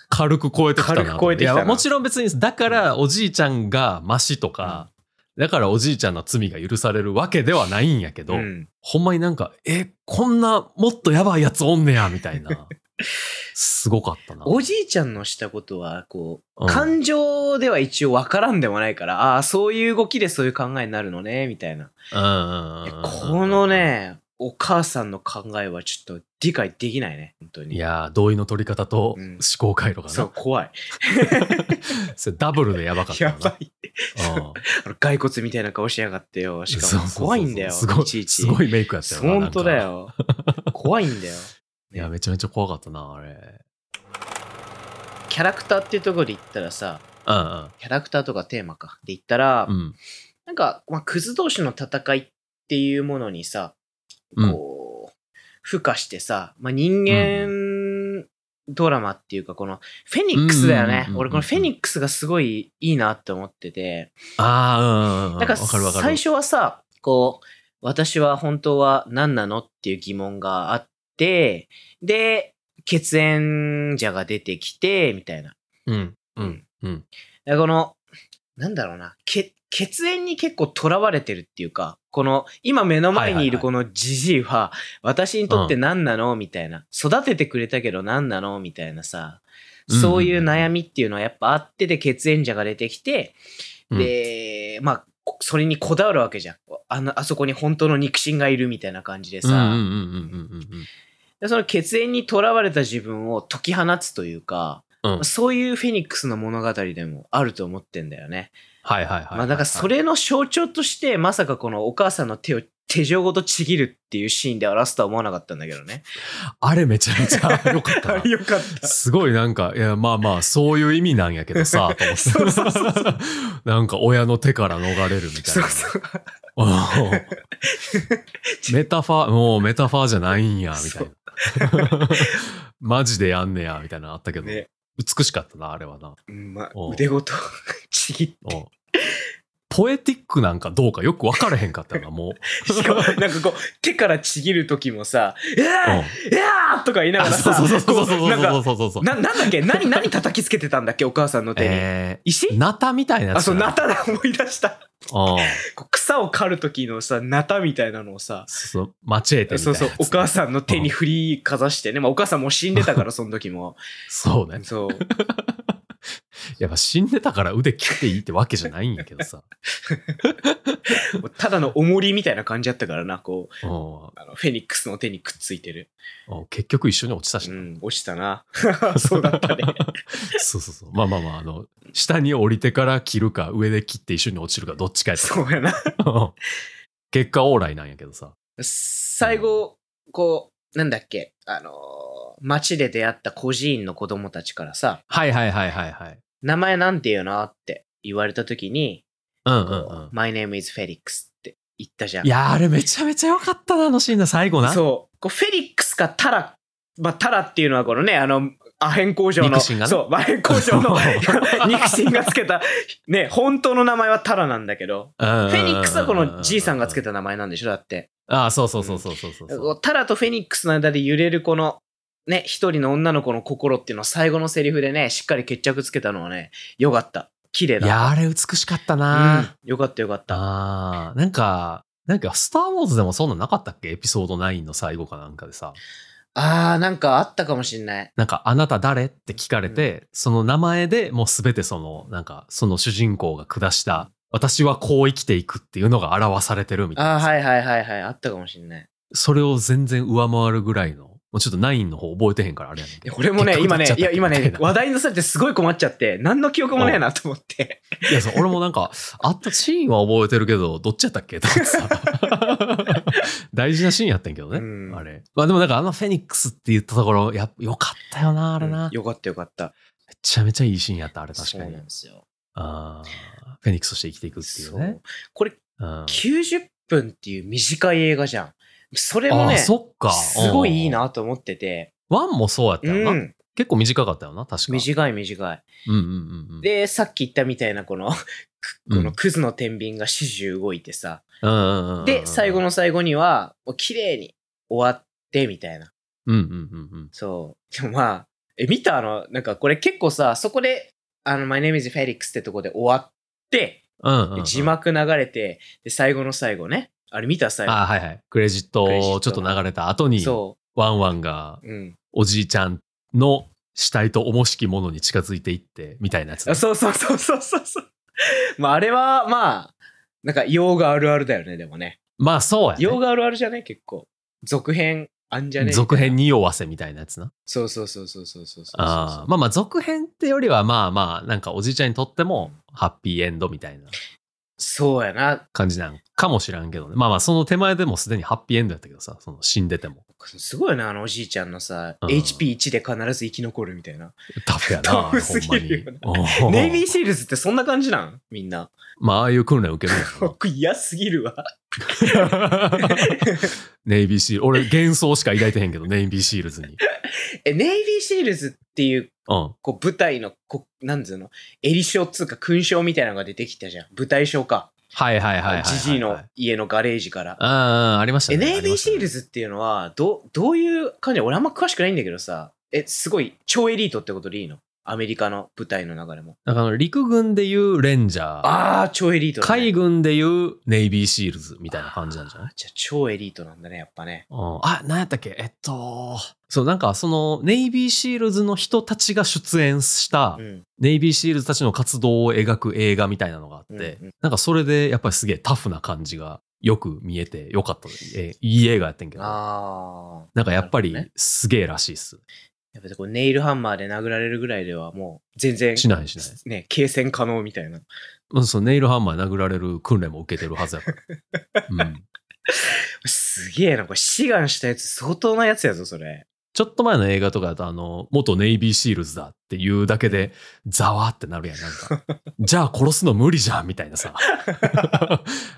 Speaker 1: 軽く超えてきたな。
Speaker 2: 軽く超えてきたない
Speaker 1: や、もちろん別に、だからおじいちゃんがマシとか、だからおじいちゃんの罪が許されるわけではないんやけど、
Speaker 2: うん
Speaker 1: ほんまになんか、え、こんなもっとやばいやつおんねや、みたいな。すごかったな。
Speaker 2: おじいちゃんのしたことはこう、
Speaker 1: うん
Speaker 2: 感情では一応わからんでもないからああそういう動きでそういう考えになるのねみたいな
Speaker 1: うんうんうんうんうん
Speaker 2: このねお母さんの考えはちょっと理解できないね本当に
Speaker 1: いやー同意の取り方と
Speaker 2: うん
Speaker 1: 思考回路が
Speaker 2: そう
Speaker 1: な、
Speaker 2: 怖い
Speaker 1: それダブルでやばかったよ
Speaker 2: や
Speaker 1: な
Speaker 2: ばい
Speaker 1: うん
Speaker 2: あの骸骨みたいな顔しやがってよし
Speaker 1: そうそ
Speaker 2: かも
Speaker 1: うそう
Speaker 2: 怖いんだよ
Speaker 1: すご
Speaker 2: いち
Speaker 1: い
Speaker 2: いち
Speaker 1: すごいメイクやったよな
Speaker 2: 本当だ
Speaker 1: なんか
Speaker 2: よ怖いんだよ
Speaker 1: いやめちゃめちゃ怖かったなあれ
Speaker 2: キャラクターっていうところで言ったらさキャラクターとかテーマかで言ったら、
Speaker 1: うんうんうん
Speaker 2: なんか、まあ、クズ同士の戦いっていうものにさ
Speaker 1: うん
Speaker 2: こう、付加してさ、まあ、人間ドラマっていうかこのフェニックスだよ
Speaker 1: うんうんうん
Speaker 2: ね
Speaker 1: うんうん
Speaker 2: 俺このフェニックスがすごいいいなって思ってて、
Speaker 1: ああうんうんうん
Speaker 2: なんか
Speaker 1: わかるわかる
Speaker 2: 最初はさ、こう、私は本当は何なのっていう疑問があって、で、血縁者が出てきて、みたいな。
Speaker 1: うんうんうん
Speaker 2: だからこの、なんだろうな、け血縁に結構とらわれてるっていうか、この、今目の前にいる
Speaker 1: はい
Speaker 2: このじじいは、私にとって何なのみたいな。育ててくれたけど何なのみたいなさ。そういう悩みっていうのはやっぱあってで血縁者が出てきて、で、まあ、こそれにこだわるわけじゃん。あの、あそこに本当の肉親がいるみたいな感じで
Speaker 1: うんうん
Speaker 2: さ、
Speaker 1: うんうんうんうんうん
Speaker 2: でその血縁にとらわれた自分を解き放つというか、
Speaker 1: うん
Speaker 2: そういうフェニックスの物語でもあると思ってんだよね。
Speaker 1: はいはいはい
Speaker 2: まあ、だからそれの象徴として、まさかこのお母さんの手を手錠ごとちぎるっていうシーンで表すとは思わなかったんだけど
Speaker 1: [laughs]
Speaker 2: ね。
Speaker 1: あれめちゃめちゃよか [laughs] ったな
Speaker 2: よかった。
Speaker 1: すごいなんか、いや、まあまあ、そういう意味なんやけどさ、と思って
Speaker 2: そうそうそうそ
Speaker 1: なんか親の手から逃れるみたい
Speaker 2: そう
Speaker 1: な。
Speaker 2: そう。
Speaker 1: おーメタファー、もうメタファーじゃないんや、みたいな。マジでやんねや、みたいなのあったけど、
Speaker 2: ね。
Speaker 1: 美しかったな、あれはな。
Speaker 2: うんまあ
Speaker 1: おう、
Speaker 2: 腕ごとちぎ [laughs] って。
Speaker 1: うんポエティックなんかどうかよく分からへんかったよな、もう。
Speaker 2: しかも、なんかこう、手からちぎる時もさ、うわーいやーとか言いなが
Speaker 1: あ
Speaker 2: ら
Speaker 1: そ
Speaker 2: さ、
Speaker 1: うそうそうそうそう
Speaker 2: こうなん
Speaker 1: そう
Speaker 2: か、
Speaker 1: そうそうそう。
Speaker 2: な、なんだっけ何、何叩きつけてたんだっけお母さんの手に。
Speaker 1: え
Speaker 2: 石
Speaker 1: ー、ナタみたいなやつ。
Speaker 2: あ、そう、ナタだ、思い出した。
Speaker 1: うん。
Speaker 2: こう草を刈る時のさ、ナタみたいなのをさ、
Speaker 1: そうそう、間違えてみたいなやつ
Speaker 2: そうそう、お母さんの手に振りかざしてね、まあお母さんもう死んで
Speaker 1: [laughs]
Speaker 2: たから、その時も。
Speaker 1: そうね。
Speaker 2: そう。
Speaker 1: やっぱ死んでたから腕切っていいってわけじゃないんやけどさ。
Speaker 2: ただの重りみたいな感じだったからな、こう、
Speaker 1: うん
Speaker 2: あのフェニックスの手にくっついてる。
Speaker 1: うん結局一緒に落ちたし
Speaker 2: う
Speaker 1: な、
Speaker 2: ん、落ちたな。 [laughs] そうだったね。
Speaker 1: [laughs] そうそうそう。まあまあまあ、あの、下に降りてから切るか、上で切って一緒に落ちるか、どっちかやった
Speaker 2: そうやな。
Speaker 1: 結果オーライなんやけどさ。
Speaker 2: 最後、こなんだっけ、あのー街で出会った孤児院の子供たちからさ、
Speaker 1: はいはいはいはいはい。
Speaker 2: 名前なんていうのって言われた時に、
Speaker 1: うんうんうん。
Speaker 2: My name is Felix って言ったじゃん。
Speaker 1: いやーあれめちゃめちゃ良かったな、あのシーンの最後な。
Speaker 2: そう。こうフェリックスかタラ、まあ、タラっていうのはこのね、あの、アヘン工場の、
Speaker 1: 肉親がね
Speaker 2: そう、アヘン工
Speaker 1: [laughs]
Speaker 2: 場の肉親がつけた、ね、本当の名前はタラなんだけど、
Speaker 1: うんうんうんうん。
Speaker 2: フェニックスはこのじいさんがつけ
Speaker 1: た。
Speaker 2: た名前なんでしょだって。
Speaker 1: ああ、そうそうそうそうそうそう。
Speaker 2: こうタラとフェニックスの間で揺れるこの、ね、一人の女の子の心っていうのを最後のセリフでね、しっかり決着つけたのはね、よかった。綺麗
Speaker 1: い
Speaker 2: だ。
Speaker 1: やーあれ美しかった
Speaker 2: う
Speaker 1: な。
Speaker 2: ん、よかったよかった。
Speaker 1: あーなんか、なんか、スター・ウォーズでもそんなんなかったっけエピソード9の最後かなんかでさ、
Speaker 2: あー、なんかあったかもしんない。
Speaker 1: なんか、あなた誰って聞かれて、その名前でもうすべてその、なんか、その主人公が下した、私はこう生きていくっていうのが表されてるみたいな
Speaker 2: あー、
Speaker 1: さ。
Speaker 2: はいはいはいはい。あったかもしんない。
Speaker 1: それを全然上回るぐらいの、もうちょっと9の方覚えてへんからあれやねん
Speaker 2: い
Speaker 1: け
Speaker 2: や
Speaker 1: ど。
Speaker 2: 俺もね、
Speaker 1: 結局
Speaker 2: 今
Speaker 1: なっ
Speaker 2: ね
Speaker 1: ちゃっ、
Speaker 2: い
Speaker 1: たっ
Speaker 2: や、
Speaker 1: け
Speaker 2: 今ね
Speaker 1: みた、いな
Speaker 2: 話題にされてすごい困っち
Speaker 1: [laughs]
Speaker 2: ゃって、何の記憶もねえなと思って。
Speaker 1: いや、そう、俺もなんか、あったシーンは覚えてるけど、どっちやったっけと思ってさ。 [laughs] 大事なシーンやってんけどね、
Speaker 2: うん
Speaker 1: あれ。まあでもなんか、あのフェニックスって言ったところ、やっぱよかったよな、あれな。
Speaker 2: うんよかったよかった。
Speaker 1: めちゃめちゃいいシーンやった、あれ確か
Speaker 2: そう
Speaker 1: に
Speaker 2: なん。ですよ。
Speaker 1: あーフェニックスとして生きていくってい
Speaker 2: そうう
Speaker 1: ね。
Speaker 2: これ、
Speaker 1: うん
Speaker 2: 90分っていう短い映画じゃん。それも
Speaker 1: あ
Speaker 2: ね、
Speaker 1: あ、
Speaker 2: す
Speaker 1: そっか。
Speaker 2: ごいいい
Speaker 1: うん。
Speaker 2: なと思ってて。
Speaker 1: ワンもそうやった
Speaker 2: う
Speaker 1: よな。
Speaker 2: ん。
Speaker 1: 結構短かったよな、確か。
Speaker 2: 短い短い。
Speaker 1: うんうんうんうん。
Speaker 2: で、さっき言ったみたいな、この、
Speaker 1: う
Speaker 2: く
Speaker 1: ん
Speaker 2: このクズの天秤が始終動いてさ。
Speaker 1: うんうんうんうん、
Speaker 2: で、最後の最後には、もう綺麗に終わって、みたいな。
Speaker 1: うんうんうんうん。
Speaker 2: そう。でもまあ、え、見たあの、なんかこれ結構さ、そこで、あの、My name is Felix ってとこで終わって、
Speaker 1: うんうんうん、
Speaker 2: で字幕流れて、で、最後の最後ね。あれ見た最後。
Speaker 1: あーはいはい。クレジット
Speaker 2: クレジット
Speaker 1: を
Speaker 2: の
Speaker 1: ちょっと流れた後に、
Speaker 2: そ
Speaker 1: ワンワンが
Speaker 2: う。うん。
Speaker 1: おじいちゃんの死体と重しきものに近づいていって、みたいなやつね、
Speaker 2: あそうそうそうそうそうそう。まあ、あれは、まあ、なんか、洋画あるあるだよね、でもね。
Speaker 1: まあそうや、ね。
Speaker 2: 洋画あるあるじゃね結構。続編、あんじゃね
Speaker 1: 続編
Speaker 2: に。
Speaker 1: におわせみたいなやつな。
Speaker 2: そうそうそうそうそうそうそう。
Speaker 1: あーまあまあ続編ってよりはまあまあなんかおじいちゃんにとってもハッピーエンドみたいな
Speaker 2: そうやな。
Speaker 1: 感じなんかもしらんけどね。まあまあその手前でもすでにハッピーエンドやったけどさ、その死んでても。
Speaker 2: すごいな、あのおじいちゃんのさ、
Speaker 1: うん
Speaker 2: HP1 で必ず生き残るみたいな。
Speaker 1: タフやな。
Speaker 2: タフすぎるよな
Speaker 1: ほんまにおー
Speaker 2: ネイビーシールズってそんな感じなんみんな。
Speaker 1: まあああいう訓練受けるんや
Speaker 2: [laughs]
Speaker 1: ろな [laughs]
Speaker 2: 僕嫌すぎるわ。
Speaker 1: ネイビーシール。俺幻想しか抱いてへんけど、ネイビーシールズに。
Speaker 2: え、ネイビーシールズっていう、
Speaker 1: うん。
Speaker 2: こう、舞台の、こう、なんつうの、エリショっつうか勲章みたいなのが出てきたじゃん。舞台章か。
Speaker 1: はいはいはいはいはいはい。
Speaker 2: ジジイの家のガレージから。
Speaker 1: うんうん、ありました
Speaker 2: え、
Speaker 1: ね。
Speaker 2: ネイビーシール
Speaker 1: ズ
Speaker 2: ズっていうのは、どう、どういう感じ俺あんま詳しくないんだけどさ。え、すごい、超エリートってことでいいのアメリカの舞台の流れも。
Speaker 1: だから陸軍でいうレンジャー、
Speaker 2: あー、超エリートだ、ね。
Speaker 1: 海軍でいうネイビーシールズみたいな感じなんじゃない
Speaker 2: あじゃあ超エリートなんだね、やっぱね。
Speaker 1: うん、あ、なんやったっけえっと、そう、なんかそのネイビーシールズの人たちが出演した
Speaker 2: う、ん。
Speaker 1: ネイビーシールズたちの活動を描く映画みたいなのがあって、
Speaker 2: うんうん
Speaker 1: なんかそれでやっぱりすげえタフな感じがよく見えてよかった。えいい映画やってんけど。
Speaker 2: あー。
Speaker 1: なんかやっぱ
Speaker 2: なるほどね
Speaker 1: りすげえらしいっす。
Speaker 2: やっぱりこうネイルハンマーで殴られるぐらいではもう全然
Speaker 1: しない
Speaker 2: [laughs]
Speaker 1: しない。
Speaker 2: ね、継戦可能みたいな。
Speaker 1: うん、そうネイルハンマー殴られる訓練も受けてるはずやから。
Speaker 2: [laughs]
Speaker 1: うん。
Speaker 2: すげえな、これ志願したやつ相当なやつやぞ、それ。
Speaker 1: ちょっと前の映画とかだと、あの、元ネイビーシールズだっていうだけで、ざわってなるやん。なんか、
Speaker 2: [laughs]
Speaker 1: じゃあ殺すの無理じゃんみたいなさ。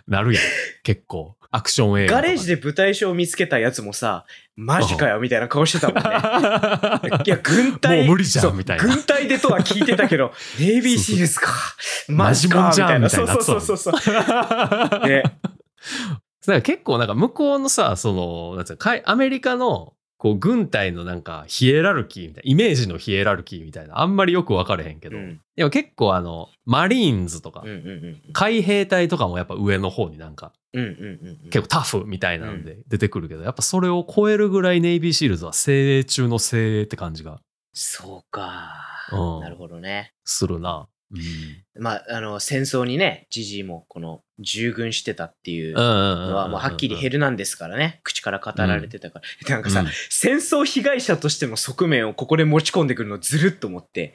Speaker 1: なるやん。結構。アクション映画と
Speaker 2: ガ
Speaker 1: か。
Speaker 2: レージで舞台賞を見つけたやつもさ、マジかよ、みたいな顔してたもんね。いや、軍隊。
Speaker 1: もう無理じゃん
Speaker 2: そう
Speaker 1: みたいな
Speaker 2: 軍隊でとは聞いてたけど、ネイビーシールズか。マジか、
Speaker 1: マ
Speaker 2: み
Speaker 1: ジもんじ
Speaker 2: た
Speaker 1: ゃ
Speaker 2: い
Speaker 1: ん
Speaker 2: な。
Speaker 1: みたい
Speaker 2: そう
Speaker 1: な
Speaker 2: そうそうそう。ね、
Speaker 1: だから結構 [laughs] なんか向こうのさ、その、なんつうのかい、アメリカのこう軍隊のなんかヒエラルキーみたいな、イメージのヒエラルキーみたいな、あんまりよく分かれへん [laughs] け
Speaker 2: う
Speaker 1: ど、
Speaker 2: ん。
Speaker 1: でも結構あの、マリーンズとか
Speaker 2: うん、うんうん。
Speaker 1: 海兵隊とかもやっぱ上の方になんか
Speaker 2: うんうんうん。
Speaker 1: 結構タフみたいなんで出てくるけど、やっぱそれを超えるぐらいネイビーシールズは精鋭中の精鋭って感じが
Speaker 2: そうか。
Speaker 1: うん
Speaker 2: なるほどね。
Speaker 1: するな。うん。
Speaker 2: まあ、あの、戦争にね、ジジイもこの従軍してたってい
Speaker 1: うん
Speaker 2: う
Speaker 1: う
Speaker 2: の
Speaker 1: んうんうん
Speaker 2: は、もうはっきりヘルナンデスからね、口から語られてたから。でなんかさ、
Speaker 1: うん
Speaker 2: 戦争被害者としての側面をここで持ち込んでくるのずるっと思って。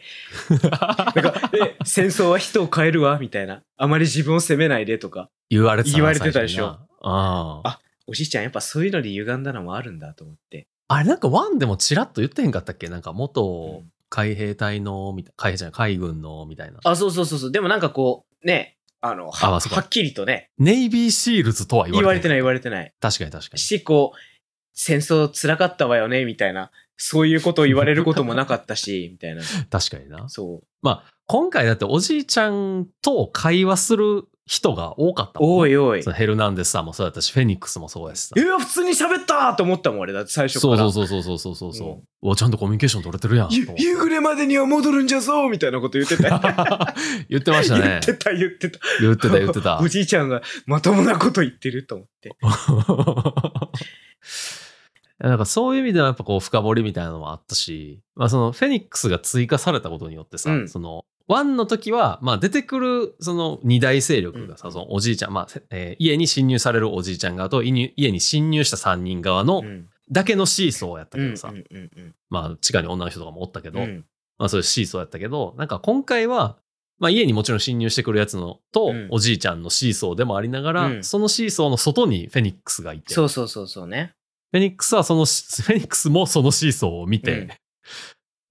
Speaker 2: なん
Speaker 1: [laughs]
Speaker 2: か、え戦争は人を変えるわ、みたいな。あまり自分を責めないでとか。
Speaker 1: 言われてたな
Speaker 2: 言われてたでし
Speaker 1: 最初に
Speaker 2: ょ
Speaker 1: なうん
Speaker 2: あおじいちゃんやっぱそういうので歪んだのもあるんだと思って。
Speaker 1: あれなんかワンでもちらっと言ってへんかったっけなんか元海兵隊の、みたい海兵じゃない、海軍の、みたいな。
Speaker 2: あ、そうそうそうそう。でもなんかこう、ね、あの、は
Speaker 1: あそうか
Speaker 2: はっきりとね、
Speaker 1: ネイビーシールズとは言わ
Speaker 2: 言
Speaker 1: れ
Speaker 2: わ
Speaker 1: て
Speaker 2: れてない言われてない。
Speaker 1: 確かに確かに。
Speaker 2: し、こう、戦争辛かったわよね、みたいな。そういうことを言われることもなかった
Speaker 1: [laughs]
Speaker 2: し、みたいな。
Speaker 1: 確かにな。
Speaker 2: そう。
Speaker 1: まあ、今回だっておじいちゃんと会話する人が多かったもんね
Speaker 2: おいおい。
Speaker 1: そのヘルナンデスさんもそうだったし、フェニックスもそうやしさ
Speaker 2: い。や、普通に喋ったと思ったもん、俺。だって最初か
Speaker 1: そう
Speaker 2: ら。
Speaker 1: そうそうそうそうそうそう。う
Speaker 2: うん
Speaker 1: わちゃんとコミュニケーション取れてるやん。
Speaker 2: ゆ夕暮れまでには戻るんじゃぞみたいなこと言ってたよ。
Speaker 1: [laughs] 言ってました
Speaker 2: 言
Speaker 1: ね
Speaker 2: っ。てた、言ってた。
Speaker 1: 言ってた言って
Speaker 2: [laughs]
Speaker 1: た
Speaker 2: お。じいちゃんがまともなこと言ってると思って。
Speaker 1: [laughs] なんかそういう意味ではやっぱこう深掘りみたいなのもあったし、まあそのフェニックスが追加されたことによってさ、
Speaker 2: うん
Speaker 1: そのワンの時は、まあ出てくるその二大勢力がさ、
Speaker 2: うん
Speaker 1: そのおじいちゃん、まあ、せえー家に侵入されるおじいちゃん側といに家に侵入した三人側の
Speaker 2: ん。
Speaker 1: だけのシーソーやったけどさ、
Speaker 2: うんうんうん
Speaker 1: まあ地下に女の人とかもおったけ
Speaker 2: う
Speaker 1: ど、
Speaker 2: んうん
Speaker 1: まあそういうシーソーやったけど、なんか今回は、まあ家にもちろん侵入してくるやつのと、
Speaker 2: うん
Speaker 1: おじいちゃんのシーソーでもありながら、
Speaker 2: うん
Speaker 1: そのシーソーの外にフェニックスがいて、
Speaker 2: そうそうそうそうね。
Speaker 1: フェニックスはそのシ、フェニックスもそのシーソーを見て、
Speaker 2: うん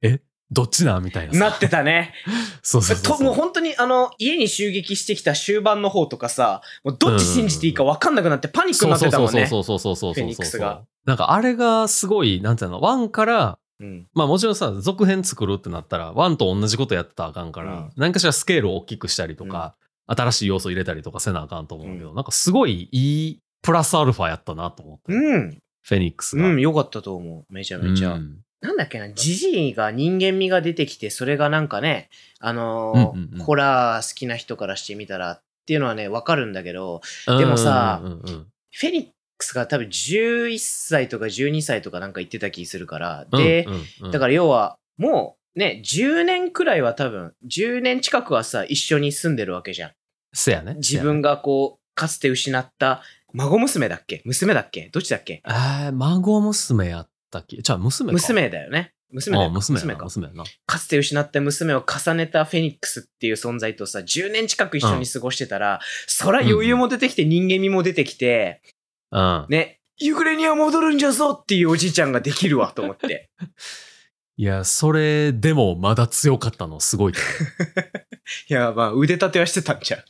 Speaker 1: え、どっちなんみたいなさ。
Speaker 2: なってたね。
Speaker 1: そうそうそう
Speaker 2: と
Speaker 1: そ
Speaker 2: もう
Speaker 1: う。
Speaker 2: 本当にあの、家に襲撃してきた終盤の方とかさ、もうどっち信じていいか分かんなくなってパニックになってたもんね。
Speaker 1: そうそうそうそうそうそうそうそう。
Speaker 2: フェニックスが。
Speaker 1: なんかあれがすごい、なんていうの、ワンから、
Speaker 2: うん
Speaker 1: まあもちろんさ、続編作るってなったら、ワンと同じことやってたらあかんから、
Speaker 2: うん
Speaker 1: 何かしらスケールを大きくしたりとか、新しい要素入れたりとかせなあかんと思うけど、なんかすごいいいプラスアルファやったなと思って、
Speaker 2: うん。
Speaker 1: フェニックスが。
Speaker 2: うん、よかったと思う。めちゃめちゃ。
Speaker 1: うん
Speaker 2: なんだっけな、ジジイが人間味が出てきて、それがなんかね、あのー
Speaker 1: うんうんうん
Speaker 2: ホラー好きな人からしてみたらっていうのはね、わかるんだけど、でもさ
Speaker 1: うんうんうん
Speaker 2: フェニックスが多分11歳とか12歳とかなんか言ってた気するから、
Speaker 1: うん
Speaker 2: で、
Speaker 1: うんうん
Speaker 2: だから要は、もうね、10年くらいは多分、10年近くはさ、一緒に住んでるわけじゃん。
Speaker 1: せやね。
Speaker 2: 自分がこう、かつて失った、孫娘だっけ娘だっけどっちだっけ
Speaker 1: えー、孫娘やったっけじゃあ娘か。
Speaker 2: 娘だよね。娘だ
Speaker 1: あ
Speaker 2: よ
Speaker 1: あ娘やな。
Speaker 2: か。
Speaker 1: 娘やな。
Speaker 2: かつて失った娘を重ねたフェニックスっていう存在とさ、10年近く一緒に過ごしてたら、そら余裕も出てきて人間味も出てきて、
Speaker 1: うん。
Speaker 2: ね、ユクレには戻るんじゃぞっていうおじいちゃんができるわと思って。
Speaker 1: いや、それでもまだ強かったのすごいけ
Speaker 2: いや、まあ腕立てはしてたんじゃん。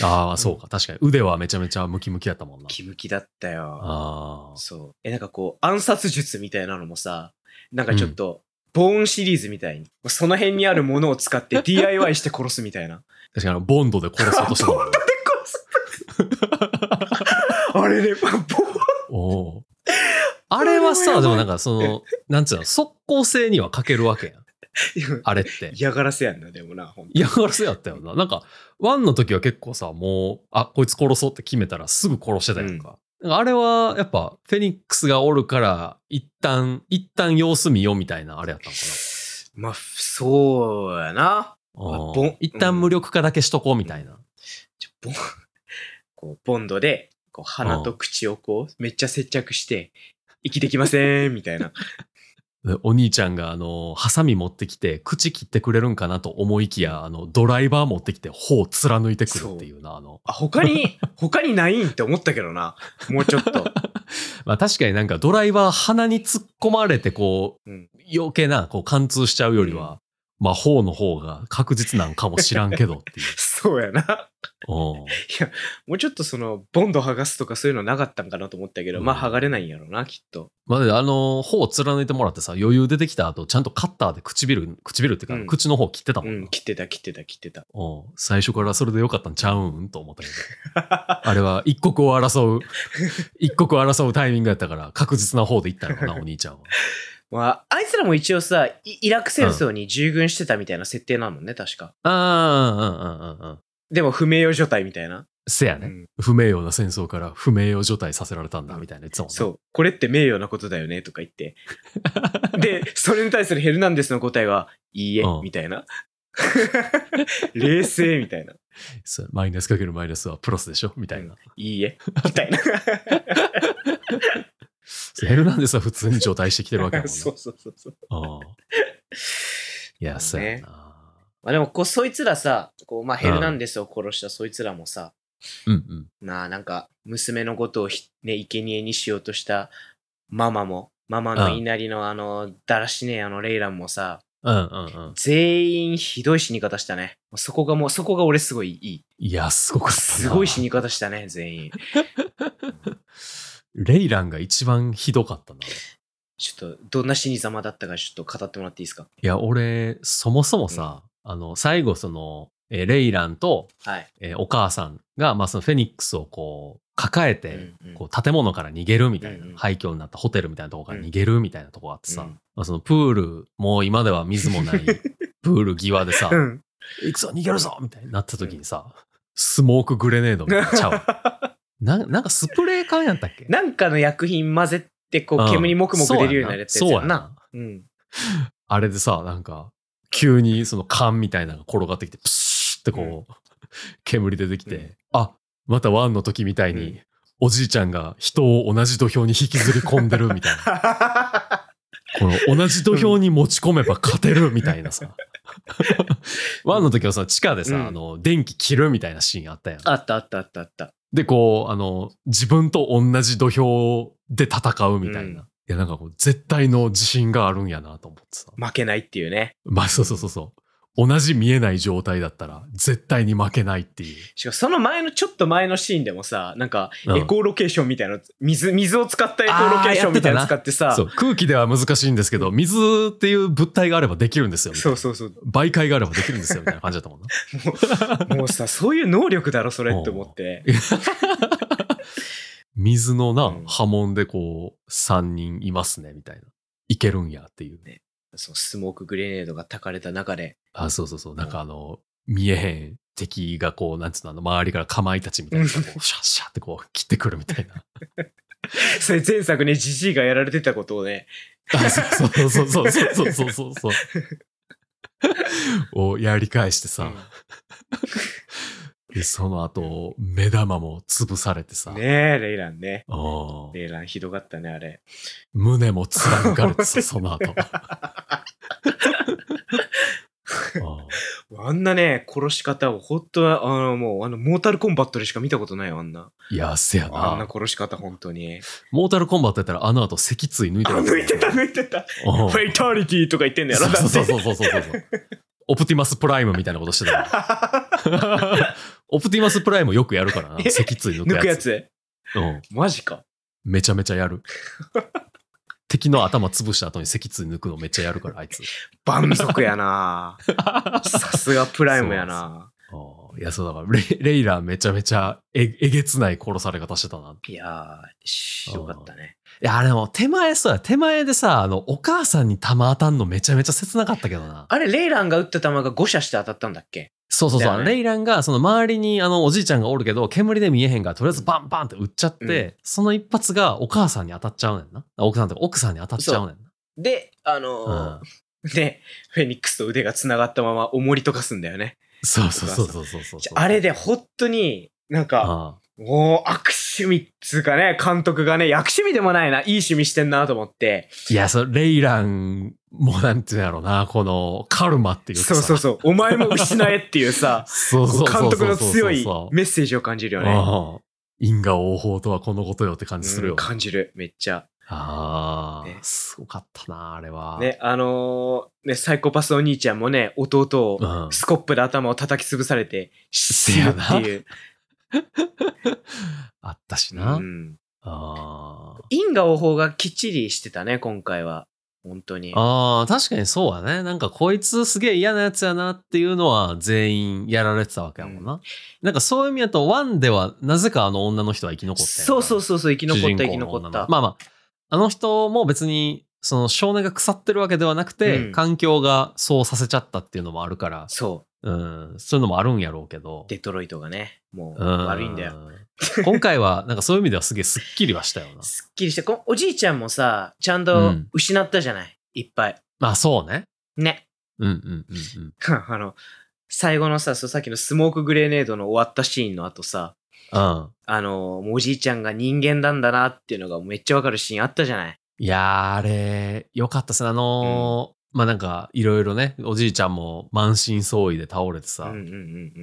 Speaker 1: ど。ああ、そうか。確かに。腕はめちゃめちゃムキムキやったもんな。
Speaker 2: 気向きだったよ。
Speaker 1: ああ。
Speaker 2: そう。え、なんかこう、暗殺術みたいなのもさ、なんかちょっと、ボーンシリーズみたいに、その辺にあるものを使って DIY して殺すみたいな。
Speaker 1: 確かに、 [laughs] ボンドで殺そうとしたもんな
Speaker 2: で、殺す [laughs] あれね、まあボーン
Speaker 1: おうあれはさ、
Speaker 2: あれはやばい
Speaker 1: でもなんかその、なんつうの、速攻性には欠けるわけやん。
Speaker 2: いや
Speaker 1: あれって。
Speaker 2: 嫌がらせやんな、でもな、ほんと
Speaker 1: 嫌がらせやったよな。なんか、ワンの時は結構さ、もう、あ、こいつ殺そうって決めたらすぐ殺してたりとか。なんかあれは、やっぱ、フェニックスがおるから、一旦、一旦様子見よみたいな、あれやったのか
Speaker 2: まあ、そうやな。
Speaker 1: な
Speaker 2: ぼ
Speaker 1: うん。一旦無力化だけしとこうみたいな。
Speaker 2: ちょボン、 [laughs] こう、ボンドで、こう、鼻と口をこう、めっちゃ接着して、生きてきません、みたいな。
Speaker 1: でお兄ちゃんが、あの、ハサミ持ってきて、口切ってくれるんかなと思いきや、あの、ドライバー持ってきて、頬を貫いてくるっていうな、あの。
Speaker 2: あ、他
Speaker 1: [laughs]
Speaker 2: に、他にないんって思ったけどな。もうちょっと。
Speaker 1: まあ確かになんかドライバー鼻に突っ込まれてこう、
Speaker 2: うん
Speaker 1: 余計なこう貫通しちゃうよりは、まあ方の方が確実なんかもしらんけどっていう。
Speaker 2: そうやな。
Speaker 1: うん
Speaker 2: もうちょっとその、ボンド剥がすとかそういうのなかったんかなと思ったけど、
Speaker 1: うん
Speaker 2: まあ、剥がれないんやろうな、きっと。
Speaker 1: まあで、あの、頬を貫いてもらってさ、余裕出てきた後、ちゃんとカッターで唇、唇っていうか、
Speaker 2: うん
Speaker 1: 口の方切ってたも
Speaker 2: うん
Speaker 1: な、
Speaker 2: ん、切ってた、切ってた、切ってた。 [laughs]
Speaker 1: うん最初からそれでよかったんちゃうんと思ったけど。あれは一刻を争う、
Speaker 2: [laughs]
Speaker 1: 一刻を争うタイミングやったから、確実な方でいったのかな、お兄ちゃんは。
Speaker 2: [laughs] まあ、あいつらも一応さ、イイラク戦争に従軍してたみたいな設定なのね、確か。
Speaker 1: ああ、うんうんうんうんうん。
Speaker 2: でも、不名誉除隊みたいな。
Speaker 1: せやね。
Speaker 2: うん
Speaker 1: 不名誉な戦争から不名誉除隊させられたんだみたいな言ってたもんね
Speaker 2: そう、これって名誉なことだよねとか
Speaker 1: [laughs]
Speaker 2: 言って。で、それに対するヘルナンデスの答えは、いいえ、
Speaker 1: うん
Speaker 2: みたいな。 [laughs] 冷静みたいな。
Speaker 1: そうマイナスかけるマイナスはプラスでしょみたいな、
Speaker 2: いいえ、みたいな。
Speaker 1: そうヘルナンデスは普通に除隊してきてるわけやもんね
Speaker 2: [laughs] そうそうそうそう。
Speaker 1: うんいや
Speaker 2: そ
Speaker 1: そうう
Speaker 2: ね
Speaker 1: やな
Speaker 2: まあでもこう、そいつらさ、こうまあ、ヘルナンデスを殺したそいつらもさ、
Speaker 1: うんうん
Speaker 2: まあなんか、娘のことをひね、生贄にしようとしたママも、ママの言いなりのあの、だらしねえあのレイランもさ、
Speaker 1: うんうんうん。
Speaker 2: 全員ひどい死に方したね。そこがもう、そこが俺すごいいい。
Speaker 1: いや、すごかったな。
Speaker 2: すごい死に方したね、全員。
Speaker 1: レイランが一番ひどかったな。
Speaker 2: ちょっと、どんな死に様だったかちょっと語ってもらっていいですか
Speaker 1: いや、俺、そもそもさ、あの、最後、その、えーレイランと、
Speaker 2: はい。
Speaker 1: えーお母さんが、まあ、そのフェニックスをこう、抱えて、
Speaker 2: うんうん
Speaker 1: こう建物から逃げるみたいな、
Speaker 2: うんうん
Speaker 1: 廃墟になったホテルみたいなとこから逃げるみたいなとこがあってさ、
Speaker 2: うん
Speaker 1: まあ、そのプールもう今では水もない
Speaker 2: [laughs]
Speaker 1: プール際でさ「
Speaker 2: うん。
Speaker 1: 行くぞ逃げるぞ!」みたいになった時にさ、スモークグレネードみたいなちゃう
Speaker 2: [laughs]
Speaker 1: ななんかスプレー缶やったっけ
Speaker 2: なんかの薬品混ぜて、こう、煙もくもく出るようになるやつ
Speaker 1: そうや
Speaker 2: や
Speaker 1: な
Speaker 2: な。うん。
Speaker 1: あれでさなんか急にその缶みたいなのが転がってきてプシュッってこう、煙出てきて、
Speaker 2: うん
Speaker 1: あまたワンの時みたいに、
Speaker 2: うん
Speaker 1: おじいちゃんが人を同じ土俵に引きずり込んでるみたいな
Speaker 2: [laughs]
Speaker 1: この同じ土俵に持ち込めば勝てるみたいなさ。ワンの時はさ、地下でさ、
Speaker 2: うん
Speaker 1: あの、電気切るみたいなシーンあったやん。
Speaker 2: あったあったあったあった。
Speaker 1: で、こう、あの、自分と同じ土俵で戦うみたいな。
Speaker 2: うん
Speaker 1: いや、なんかこう、絶対の自信があるんやなと思ってさ。
Speaker 2: 負けないっていうね。
Speaker 1: まあ、そうそうそうそう。同じ見えない状態だったら、絶対に負けないっていう。
Speaker 2: しかもその前の、ちょっと前のシーンでもさ、なんか、
Speaker 1: うん
Speaker 2: エコーロケーションみたいな、水、水を使ったエコーロケーションみたいなの使ってさ、
Speaker 1: そう、空気では難しいんですけど、水っていう物体があればできるんですよ。みたい
Speaker 2: そ
Speaker 1: な
Speaker 2: うそうそう。
Speaker 1: 媒介があればできるんですよ、みたいな感じだったもんな。
Speaker 2: もうさ、そういう能力だろ、それって思って。
Speaker 1: [laughs] 水のな、
Speaker 2: うん
Speaker 1: 波紋でこう、3人いますね、みたいな。いけるんやっていう。
Speaker 2: そうスモークグレネードがたかれた中で、
Speaker 1: あ、そうそうそう。なんかあの、見えへん敵がこう、なんつうの、あの周りからかまいたちみたいなのがこう、シャッシャッってこう、切ってくるみたい [laughs] な。
Speaker 2: [laughs] それ前作ね、ジジイがやられてたことをね、
Speaker 1: あ、そうそうそうそうそうそうそうそう。をやり返して
Speaker 2: う
Speaker 1: さ
Speaker 2: ん、
Speaker 1: でその後、目玉も潰されてさ、
Speaker 2: ねえ、レイランね。
Speaker 1: うん
Speaker 2: レイランひどかったね、あれ。
Speaker 1: 胸も貫かれて
Speaker 2: [laughs]
Speaker 1: さ、その後。うん
Speaker 2: あんなね、殺し方を、ほんとは、あの、もう、あの、モータルコンバットでしか見たことないよ、あんな。
Speaker 1: いや、せや
Speaker 2: あん
Speaker 1: な
Speaker 2: な。殺し方、本当に。
Speaker 1: モータルコンバットやったらあの後脊椎抜い
Speaker 2: あ、
Speaker 1: てるわけ
Speaker 2: 抜いてた、抜いてた。
Speaker 1: うん
Speaker 2: フェイタリティとか言ってんだよ、だ
Speaker 1: そう
Speaker 2: っ
Speaker 1: そう
Speaker 2: て。
Speaker 1: そうそうそうそうそうオプティマスプライムみたいなことしてたからオプティマスプライムよくやるからな
Speaker 2: [laughs]
Speaker 1: 脊椎抜くやつ
Speaker 2: [laughs] 抜くやつ。
Speaker 1: うん、
Speaker 2: マジか。
Speaker 1: めちゃめちゃや
Speaker 2: [laughs]
Speaker 1: る敵の頭潰した後に脊椎抜くのめっちゃやるからあいつ
Speaker 2: 万足
Speaker 1: [laughs]
Speaker 2: やなさすがプライムやな
Speaker 1: うんいやそうだからレイレイラーめちゃめちゃええげつない殺され方してたない
Speaker 2: やー、しよかったね。
Speaker 1: いやでも手前そうや手前でさあのお母さんに弾当たんのめちゃめちゃ切なかったけどな
Speaker 2: あれ、レイランが撃った弾が5射して当たったんだっけ
Speaker 1: そうそう
Speaker 2: だ
Speaker 1: そ
Speaker 2: よ
Speaker 1: う。
Speaker 2: ね
Speaker 1: レイランが、その周りに、あの、おじいちゃんがおるけど、煙で見えへんから、とりあえずバンバンって撃っちゃって、
Speaker 2: う
Speaker 1: その一発がお母さんに当たっちゃうねんな。奥さんとか奥さんに当たっちゃうねん
Speaker 2: で、あの
Speaker 1: な。うん
Speaker 2: ー、ね、フェニックスと腕が繋がったまま重りとかすんだよね。
Speaker 1: そうそうそうそうそうそう。
Speaker 2: あれで、本当に、なんか、
Speaker 1: あ
Speaker 2: もう、悪趣味っつうかね、監督がね、悪趣味でもないな、いい趣味してんなと思って。
Speaker 1: いや、そレイランもなんていうんやろうな、この、カルマっていう。、
Speaker 2: そうそううそう、お前も失えっていう
Speaker 1: [laughs]
Speaker 2: さ
Speaker 1: そうそうそう。
Speaker 2: 監督の
Speaker 1: そうそ
Speaker 2: 強
Speaker 1: う
Speaker 2: い
Speaker 1: そう
Speaker 2: メッセージを感じるよね。
Speaker 1: うん因果応報とはこのことよって感じする
Speaker 2: う
Speaker 1: よ
Speaker 2: ん。感じる、めっちゃ。
Speaker 1: ああ
Speaker 2: ね、
Speaker 1: すごかったな、あれは。
Speaker 2: ね、あのーね、サイコパスお兄ちゃんもね、弟
Speaker 1: う
Speaker 2: を
Speaker 1: ん。
Speaker 2: スコップで頭を叩き潰されて、死ぬっていう。
Speaker 1: あったしな。
Speaker 2: うん、
Speaker 1: ああ。
Speaker 2: 因果応報がきっちりしてたね、今回は。本当に。
Speaker 1: ああ、確かにそうやね。なんかこいつすげえ嫌なやつやなっていうのは全員やられてたわけやもんな。なんかそういう意味だと、ワンではなぜかあの女の人は生き残った
Speaker 2: そうそう
Speaker 1: そ
Speaker 2: そうそう、生き
Speaker 1: う
Speaker 2: 残った、生き残った。
Speaker 1: まあまあ、あの人も別に、その少年が腐ってるわけではなくて、
Speaker 2: うん
Speaker 1: 環境がそうさせちゃったっていうのもあるから、
Speaker 2: そう。
Speaker 1: うん、そういうのもあるんやろうけど。
Speaker 2: デトロイトがね、もう
Speaker 1: うん
Speaker 2: 悪いんだよ。。
Speaker 1: 今回は、なんかそういう意味ではすげえスッキリはしたよ
Speaker 2: [laughs]
Speaker 1: な。
Speaker 2: すっきりして、こおじいちゃんもさ、ちゃん
Speaker 1: う
Speaker 2: と
Speaker 1: ん
Speaker 2: 失ったじゃない、いっぱい。
Speaker 1: まあそうね。
Speaker 2: ね。 [laughs]
Speaker 1: うんうんうんうん。
Speaker 2: あの、最後のさ、そうさっきのスモークグレネードの終わったシーンの後さ、
Speaker 1: うん。
Speaker 2: あの、もうおじいちゃんが人間なんだなっていうのがめっちゃわかるシーンあったじゃない
Speaker 1: いやー、あれ、よかったっすね。あのーまあ、なんか、いろいろね、おじいちゃんも満身創痍で倒れて
Speaker 2: う
Speaker 1: さ、
Speaker 2: んうんう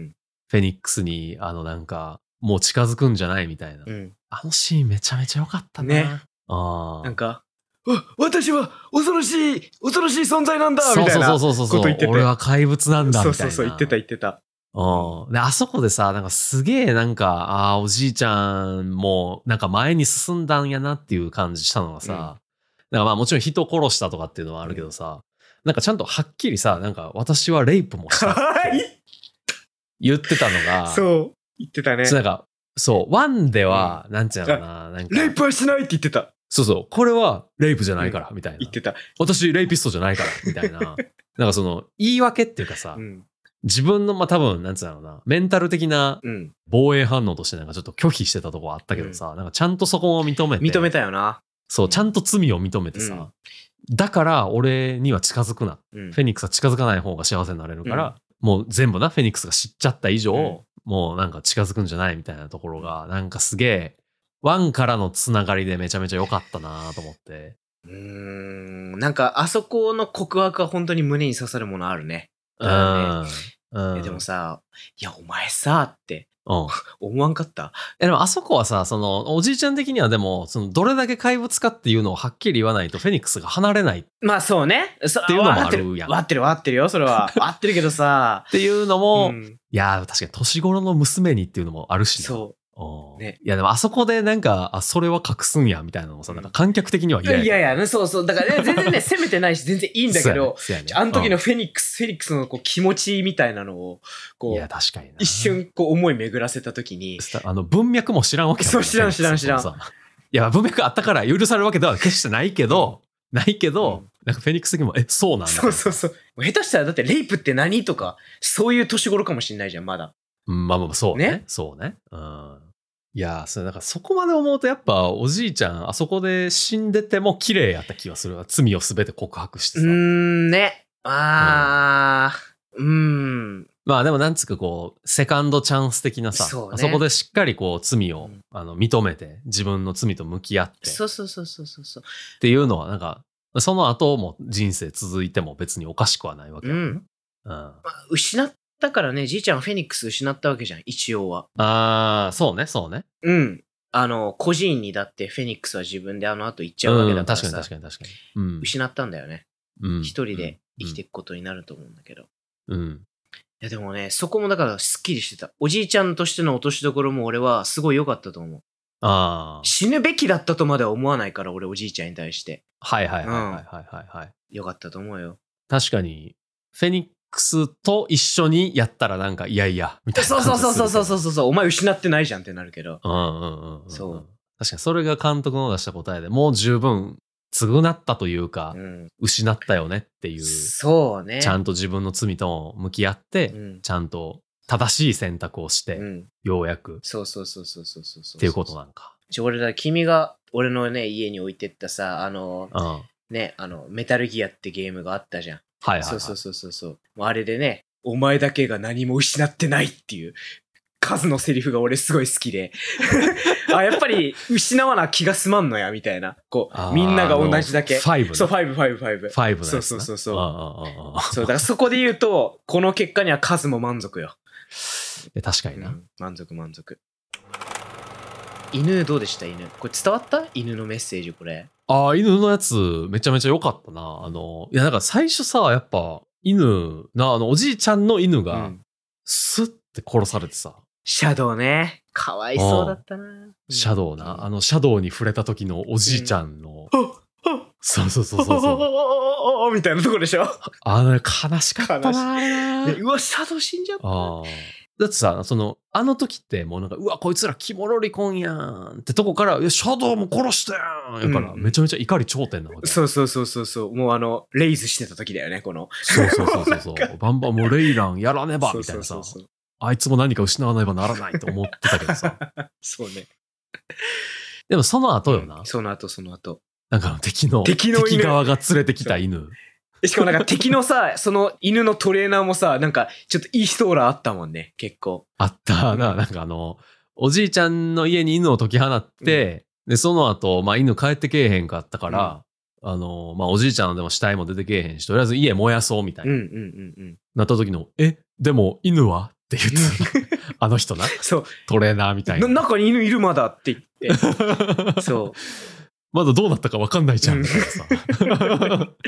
Speaker 2: ん
Speaker 1: フェニックスに、あの、なんか、もう近づくんじゃないみたいな。
Speaker 2: うん。うん。
Speaker 1: あのシーンめちゃめちゃよかったな。
Speaker 2: ね
Speaker 1: あ
Speaker 2: なん
Speaker 1: あ。
Speaker 2: か、わ私は恐ろしい、恐ろしい存在なんだみ
Speaker 1: そう
Speaker 2: たい
Speaker 1: そう
Speaker 2: な。
Speaker 1: そうそうそう
Speaker 2: こと言ってて
Speaker 1: 俺は怪物なんだみたい
Speaker 2: そ
Speaker 1: な。
Speaker 2: うそうそう、言ってた言ってた。
Speaker 1: うん。で、あそこでさ、なんかすげえなんか、ああ、おじいちゃんもなんか前に進んだんやなっていう感じしたのがさ、なんかまあもちろん人殺したとかっていうのはあるけどさ、なんかちゃんとはっきりさ、なんか私はレイプもし
Speaker 2: か [laughs]
Speaker 1: た
Speaker 2: わいい
Speaker 1: 言ってたのが、
Speaker 2: そう、言ってたね
Speaker 1: そ。うなんか、そう、ワンでは、なんていうのかな、なんか、
Speaker 2: レイプはしないって言ってた。
Speaker 1: そうそう、これはレイプじゃないから、みたいな
Speaker 2: 言っ。てた。
Speaker 1: 私、レイピストじゃないから、みたい
Speaker 2: [laughs]
Speaker 1: な。なんかその、言い訳っていうかさ、
Speaker 2: うん。
Speaker 1: 自分の、まあ多分、なんつうんだろうな、メンタル的な
Speaker 2: うん。
Speaker 1: 防衛反応としてなんかちょっと拒否してたとこあったけどさ、なんかちゃんとそこを認めて。
Speaker 2: 認めたよな。
Speaker 1: そう、ちゃんと罪を認めてさ、だから俺には近づくな。
Speaker 2: うん
Speaker 1: フェニックスは近づかない方が幸せになれるから、
Speaker 2: うん
Speaker 1: もう全部な、フェニックスが知っちゃった以上、
Speaker 2: うん
Speaker 1: もうなんか近づくんじゃないみたいなところが、なんかすげえ、ワンからのつながりでめちゃめちゃ良かったなと思って。
Speaker 2: うーん。なんか、あそこの告白は本当に胸に刺さるものあるね。
Speaker 1: う
Speaker 2: だ
Speaker 1: ん。うん。
Speaker 2: えでもさ、いや、お前さ、って
Speaker 1: うん、
Speaker 2: 思わんかった。
Speaker 1: えでもあそこはさそのおじいちゃん的にはでもそのどれだけ怪物かっていうのをはっきり言わないとフェニックスが離れないっ
Speaker 2: まあそうね。そ
Speaker 1: っていうのもあるやん
Speaker 2: わかってる、わかってるよ、そ
Speaker 1: [laughs]
Speaker 2: れは。わかってるけどさ。
Speaker 1: ていうのも、
Speaker 2: うん
Speaker 1: いやー確かに年頃の娘にっていうのもあるし、
Speaker 2: そう
Speaker 1: ん
Speaker 2: ね
Speaker 1: いやでもあそこでなんかあそれは隠すんやみたいなのもさ、
Speaker 2: うん
Speaker 1: なんか観客的には
Speaker 2: う。い
Speaker 1: 嫌
Speaker 2: や
Speaker 1: や
Speaker 2: いやね、そうそう。だからね、全
Speaker 1: [laughs]
Speaker 2: 然ね、責めてないし、全然いい
Speaker 1: い
Speaker 2: んだけど、
Speaker 1: そうやねそうやね
Speaker 2: あの時のフェニックス、フェニックスのこう気持ちみたいなのを、
Speaker 1: うんい
Speaker 2: こ
Speaker 1: や
Speaker 2: う、
Speaker 1: 確かにな
Speaker 2: 一瞬こう思い巡らせた時に、
Speaker 1: スタあの文脈も知らんわけやもね
Speaker 2: そう知らん
Speaker 1: フェニックス [laughs] の
Speaker 2: 知らん
Speaker 1: さいや文脈あったから許されるわけでは決してないけど、ないけど、
Speaker 2: うん
Speaker 1: なんかフェニックス的にもえそうなんだ
Speaker 2: そうそうそう。下手したらだってレイプって何とか、そういう年頃かもしんないじゃん、まだ。
Speaker 1: うんまあまあまあ、そうね。
Speaker 2: ね
Speaker 1: そうね。うん。いやー、それなんかそこまで思うとやっぱおじいちゃんあそこで死んでても綺麗やった気がするわ。罪を全て告白して
Speaker 2: うー
Speaker 1: さ。
Speaker 2: ん、ね。あー、うーん。
Speaker 1: まあでもなんつうかこう、セカンドチャンス的なさ、
Speaker 2: そうね
Speaker 1: あそこでしっかりこう罪を、
Speaker 2: うん
Speaker 1: あの認めて自分の罪と向き合って
Speaker 2: そうそうそうそうそうそう。
Speaker 1: っていうのはなんか、その後も人生続いても別におかしくはないわけ
Speaker 2: う
Speaker 1: や
Speaker 2: ん。
Speaker 1: うん。あ
Speaker 2: まあ失ったからね、じいちゃんはフェニックス失ったわけじゃん、一応は。
Speaker 1: あー、そうね、そうね。
Speaker 2: うん。あの、個人にだってフェニックスは自分であの後行っちゃうわけ
Speaker 1: うん、
Speaker 2: だから
Speaker 1: 確
Speaker 2: さ、
Speaker 1: かに確かに確かに。うん。
Speaker 2: 失ったんだよね。
Speaker 1: うん
Speaker 2: 一人で生きていくことになると思うんだけど。い
Speaker 1: うん。
Speaker 2: やでもね、そこもだからすっきりしてた。おじいちゃんとしての落としどころも俺はすごい良かったと思う。
Speaker 1: ああ。
Speaker 2: 死ぬべきだったとまでは思わないから、俺おじいちゃんに対して。
Speaker 1: はいはいはいはいはいはい、はい。
Speaker 2: 良かったと思うよ。
Speaker 1: 確かに、フェニックスと一緒にやったらなんか、いやいや、みたいな
Speaker 2: そう
Speaker 1: 感じする
Speaker 2: そう
Speaker 1: けど。
Speaker 2: そうそうそうそうそうお前失ってないじゃんってなるけど。
Speaker 1: うんうんうんうん。
Speaker 2: そう。
Speaker 1: 確かに、それが監督の出した答えでもう十分、償ったというか、
Speaker 2: うん。
Speaker 1: 失ったよねっていう、
Speaker 2: そうね。
Speaker 1: ちゃんと自分の罪とも向き合って、
Speaker 2: うん。
Speaker 1: ちゃんと正しい選択をして、
Speaker 2: うん。
Speaker 1: ようやくっ
Speaker 2: そうそうそうそうそうそうそう。
Speaker 1: ていうことなんか。
Speaker 2: ちょ俺だ、君が俺のね、家に置いてったさ、あの、
Speaker 1: うん。はい
Speaker 2: ね、あの、メタルギアってゲームがあったじゃん。
Speaker 1: はい、はい。
Speaker 2: そうそうそうそうそう。もうあれでね、お前だけが何も失ってないっていう。数のセリフが俺すごい好きで [laughs] あやっぱり失わな気が済まんのやみたいなこ
Speaker 1: あー
Speaker 2: うみんなが同じだけ
Speaker 1: ファイブ
Speaker 2: そう
Speaker 1: の。
Speaker 2: ファイブファイブファイブ
Speaker 1: ファイブのやつな。
Speaker 2: そうそうそうそうん
Speaker 1: んんうん
Speaker 2: そうだからそこで言うとこの結果には数も満足よ、
Speaker 1: え確か
Speaker 2: う
Speaker 1: にな。
Speaker 2: ん、満足満足犬どうでした犬これ伝わった犬のメッセージこれ
Speaker 1: ああ、犬のやつ、めちゃめちゃ良かったな。あの、いや、なんか最初さ、やっぱ、犬、な、あの、おじいちゃんの犬
Speaker 2: う
Speaker 1: が
Speaker 2: ん、
Speaker 1: スッて殺されてさ、
Speaker 2: シャドウね。かわいそうだったな。
Speaker 1: シャドウな、あの、シャドウに触れた時のおじいちゃんの、
Speaker 2: うん。あ
Speaker 1: そうそうそうそ
Speaker 2: そう
Speaker 1: うそう。
Speaker 2: そう。 [laughs] みたいなとこでしょ。
Speaker 1: あの、悲しかった
Speaker 2: 悲しい
Speaker 1: な、あれな
Speaker 2: ねうわ、シャドウ死んじゃった。
Speaker 1: あーだってさ、その、あの時ってもうなんか、うわ、こいつらキモロリコンやんってとこから、いや、シャドウも殺したやんやから、
Speaker 2: うん
Speaker 1: めちゃめちゃ怒り頂点なわけ。
Speaker 2: そうそうそうそうそう。もうあの、レイズしてた時だよね、この。
Speaker 1: そうそうそうそうそう。バンバンもうレイランやらねば
Speaker 2: そう
Speaker 1: みたい
Speaker 2: そう
Speaker 1: な
Speaker 2: そ
Speaker 1: さ
Speaker 2: う。そう。
Speaker 1: あいつも何か失わねばならないと思ってたけどさ。
Speaker 2: そうね。
Speaker 1: でもその後よな。
Speaker 2: その後、その後。
Speaker 1: なんか敵の、
Speaker 2: 敵の犬
Speaker 1: 側が連れてきた犬。
Speaker 2: しかもなんか敵の
Speaker 1: [laughs]
Speaker 2: さ、その犬のトレーナーもさ、なんか、ちょっといい人オーラあったもんね、結構。
Speaker 1: あ
Speaker 2: [laughs]
Speaker 1: ったな、なんかあの、おじいちゃんの家に犬を解き放って、で、その後、まあ犬帰ってけえへんかったから、あの、まあおじいちゃんのでも死体も出てけえへんし、とりあえず家燃やそうみたい
Speaker 2: うん
Speaker 1: な、
Speaker 2: うんうんうん。
Speaker 1: なった時の、え、でも犬はって言って、 [laughs] あの人な、
Speaker 2: そう。
Speaker 1: トレーナーみたい
Speaker 2: な
Speaker 1: な。
Speaker 2: 中に犬いるまだって言って。そう。
Speaker 1: [laughs] まだどうなったかわかんないじゃん、みたいなさ。 [laughs]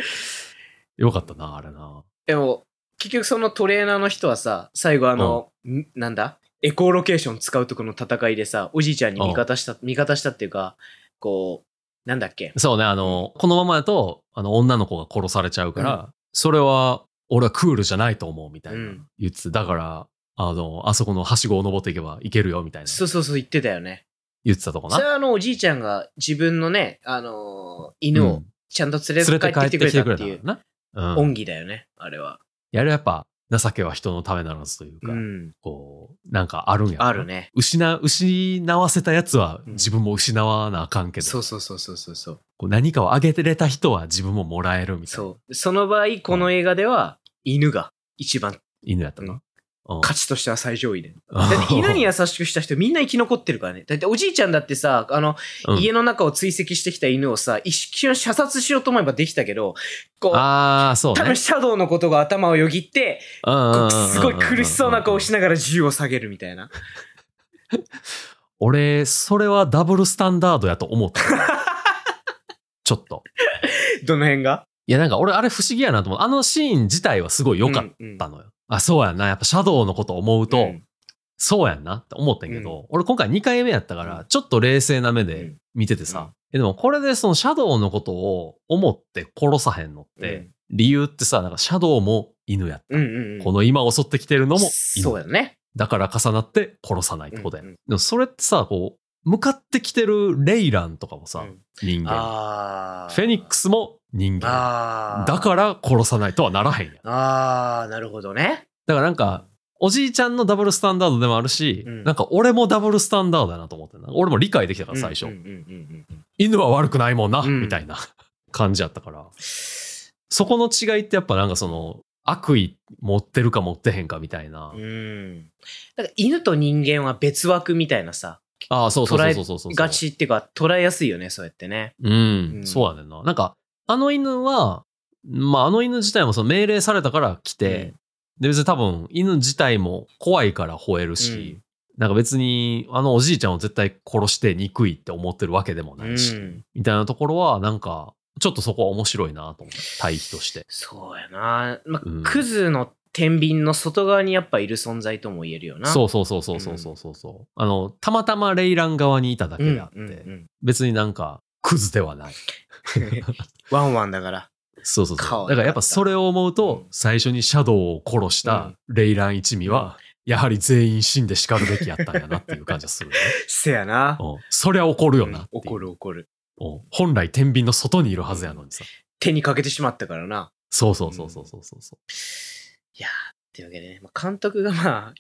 Speaker 1: よかったな、あれな。
Speaker 2: でも、結局そのトレーナーの人はさ、最後あの、んなんだエコーロケーション使うとこの戦いでさ、おじいちゃんに味方した、味方したっていうか、こう、なんだっけ
Speaker 1: そうね、あの、このままだと、あの、女の子が殺されちゃうから、それは、俺はクールじゃないと思う、みたいな、
Speaker 2: うん
Speaker 1: 言ってた。だから、あの、あそこのはしごを登っていけばいけるよ、みたいな、
Speaker 2: そうそうそう言ってたよね。
Speaker 1: 言ってたとこな。
Speaker 2: それはあのおじいちゃんが自分のね、あのー犬
Speaker 1: う
Speaker 2: を
Speaker 1: ん
Speaker 2: ちゃんと連れ
Speaker 1: 連
Speaker 2: て
Speaker 1: れて
Speaker 2: 帰
Speaker 1: 帰
Speaker 2: っ
Speaker 1: ってて
Speaker 2: き
Speaker 1: き
Speaker 2: て
Speaker 1: て
Speaker 2: く
Speaker 1: く
Speaker 2: れ
Speaker 1: れ
Speaker 2: た
Speaker 1: たん
Speaker 2: って
Speaker 1: だ
Speaker 2: いう
Speaker 1: な。うん
Speaker 2: 恩義だよね、あれは。
Speaker 1: やるやっぱ、情けは人のためならずというか、
Speaker 2: うん。
Speaker 1: こう、なんかあるんやろな
Speaker 2: あるね。
Speaker 1: 失う、失わせたやつは
Speaker 2: うん
Speaker 1: 自分も失わなあかんけど、
Speaker 2: そうそうそうそうそうそう。
Speaker 1: こう何かをあげてれた人は自分ももらえるみたいな
Speaker 2: そう。その場合、この映画では、犬が一番
Speaker 1: 犬やったな。うん
Speaker 2: 価値としては最上
Speaker 1: [laughs]
Speaker 2: 位で。だって犬に優しくした人みんな生き残ってるからね。だっておじいちゃんだってさ、あの、
Speaker 1: うん
Speaker 2: 家の中を追跡してきた犬をさ、一瞬射殺しようと思えばできたけど、こう、
Speaker 1: ああ、そう
Speaker 2: 多分
Speaker 1: ね。
Speaker 2: シャドウのことが頭をよぎって、こうす
Speaker 1: す
Speaker 2: ごい苦しそうな顔し
Speaker 1: ない。
Speaker 2: ながら銃を下げるみたいな。
Speaker 1: 俺、それはダブルスタンダードやと思
Speaker 2: [laughs]
Speaker 1: った。ちょっと。
Speaker 2: どの辺が
Speaker 1: いや、なんか俺、あれ不思議やなと思う。あのシーン自体はすごい良かっ
Speaker 2: うんうん
Speaker 1: たのよ。あ、そうやんな。やっぱシャドウのこと思うと、
Speaker 2: うん
Speaker 1: そうやんなって思ってんけど、俺今回2回目やったか
Speaker 2: う
Speaker 1: ら、ちょっと冷静な目で見てて
Speaker 2: う
Speaker 1: さ
Speaker 2: ん、
Speaker 1: えでもこれでそのシャドウのことを思って殺さへんのって、理由ってさ、なんかシャドウも犬や。
Speaker 2: うんうんうん、
Speaker 1: この今襲ってきてるのも
Speaker 2: そう
Speaker 1: 犬。
Speaker 2: だね。
Speaker 1: だから重なって殺さないってことや。
Speaker 2: うんうん
Speaker 1: でもそれってさ、こう、向かってきてるレイランとかもさ、
Speaker 2: うん
Speaker 1: 人間。
Speaker 2: ああ。
Speaker 1: フェニック
Speaker 2: ス。
Speaker 1: スも人間。
Speaker 2: ああ。
Speaker 1: だから殺さないとはならへんやん。
Speaker 2: ら。ああ、なるほどね。
Speaker 1: だからなんか、おじいちゃんのダブルスタンダードでもあるし、
Speaker 2: うん
Speaker 1: なんか俺もダブルスタンダードだなと思ってんな俺も理解できたから最初。
Speaker 2: うんうんうんうん
Speaker 1: 犬は悪くないもんな、
Speaker 2: うん
Speaker 1: みたいな感じやったから。そこの違いってやっぱなんかその、悪意持ってるか持ってへんかみたいな。
Speaker 2: うん。うん。だから犬と人間は別枠みたいなさ、
Speaker 1: ああ、そうそう
Speaker 2: 捉
Speaker 1: そ
Speaker 2: え
Speaker 1: うそうそうそう。
Speaker 2: ガチっていうか捉えやすいよね、そうやってね。
Speaker 1: うん、
Speaker 2: うん
Speaker 1: そうやねんな。なんか、あの犬は、まああの犬自体もその命令されたから来て、で別に多分犬自体も怖いから吠えるし、なんか別にあのおじいちゃんを絶対殺して憎いって思ってるわけでも
Speaker 2: う
Speaker 1: ないし、
Speaker 2: ん。
Speaker 1: みたいなところはなんかちょっとそこは面白いなと思って対比として
Speaker 2: そうやな。まあ
Speaker 1: うん
Speaker 2: クズの天秤の外側にやっぱいる存在とも言えるよな。。
Speaker 1: そううそうそうそうそうそうそうそうあのたまたまレイラン側にいただけ
Speaker 2: うん
Speaker 1: であって、
Speaker 2: うんうん、
Speaker 1: 別になんかクズではない
Speaker 2: [laughs] ワンワンだから。
Speaker 1: そうそう
Speaker 2: 顔
Speaker 1: そ
Speaker 2: が
Speaker 1: う。だからやっぱそれを思う
Speaker 2: うん
Speaker 1: と、最初にシャドウを殺し
Speaker 2: う
Speaker 1: た
Speaker 2: ん
Speaker 1: レイラン一味は、やはり全員死んで叱るべきやったんやなっていう感じがす
Speaker 2: [laughs]
Speaker 1: るね。
Speaker 2: せやな。
Speaker 1: うんそりゃ怒るよなっていう
Speaker 2: 怒る怒る。
Speaker 1: うん本来天秤の外にいるはずやのにさ。
Speaker 2: 手にかけてしまったからな。
Speaker 1: そうそうそうそうそうそう。
Speaker 2: いやーっていうわけでね、まあ、監督がまあ、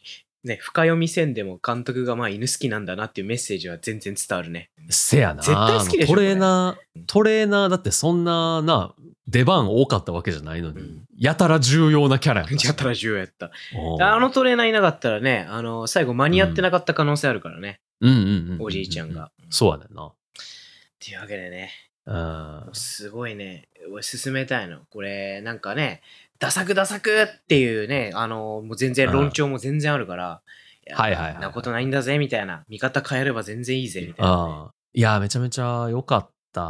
Speaker 2: [laughs] ね、深読みせんでも監督がまあ犬好きなんだなっていうメッセージは全然伝わるね。
Speaker 1: せやな。
Speaker 2: 絶対好きでしょ
Speaker 1: あのトレーナ
Speaker 2: これ
Speaker 1: ー、トレーナーだってそんなな、出番多かったわけじゃないのに、
Speaker 2: うん
Speaker 1: やたら重要なキャラや
Speaker 2: [laughs] やたら重要やった。
Speaker 1: ら
Speaker 2: あの、トレーナーいなかったらね、あの、最後間に合ってなかった可能性あるからね、
Speaker 1: うんうんうんうんうん
Speaker 2: おじいちゃんが。。
Speaker 1: そうやねんな。
Speaker 2: っていうわけでね、
Speaker 1: うん
Speaker 2: すごいね、俺進めたいの。これ、なんかね、ダサくダサくっていうね、あの、もう全然論調も全然あるから、いや
Speaker 1: はいはいはい
Speaker 2: なことないんだぜ、みたいな。見方変えれば全然いいぜ、みたいなね、
Speaker 1: ああ。いや、めちゃめちゃ良かった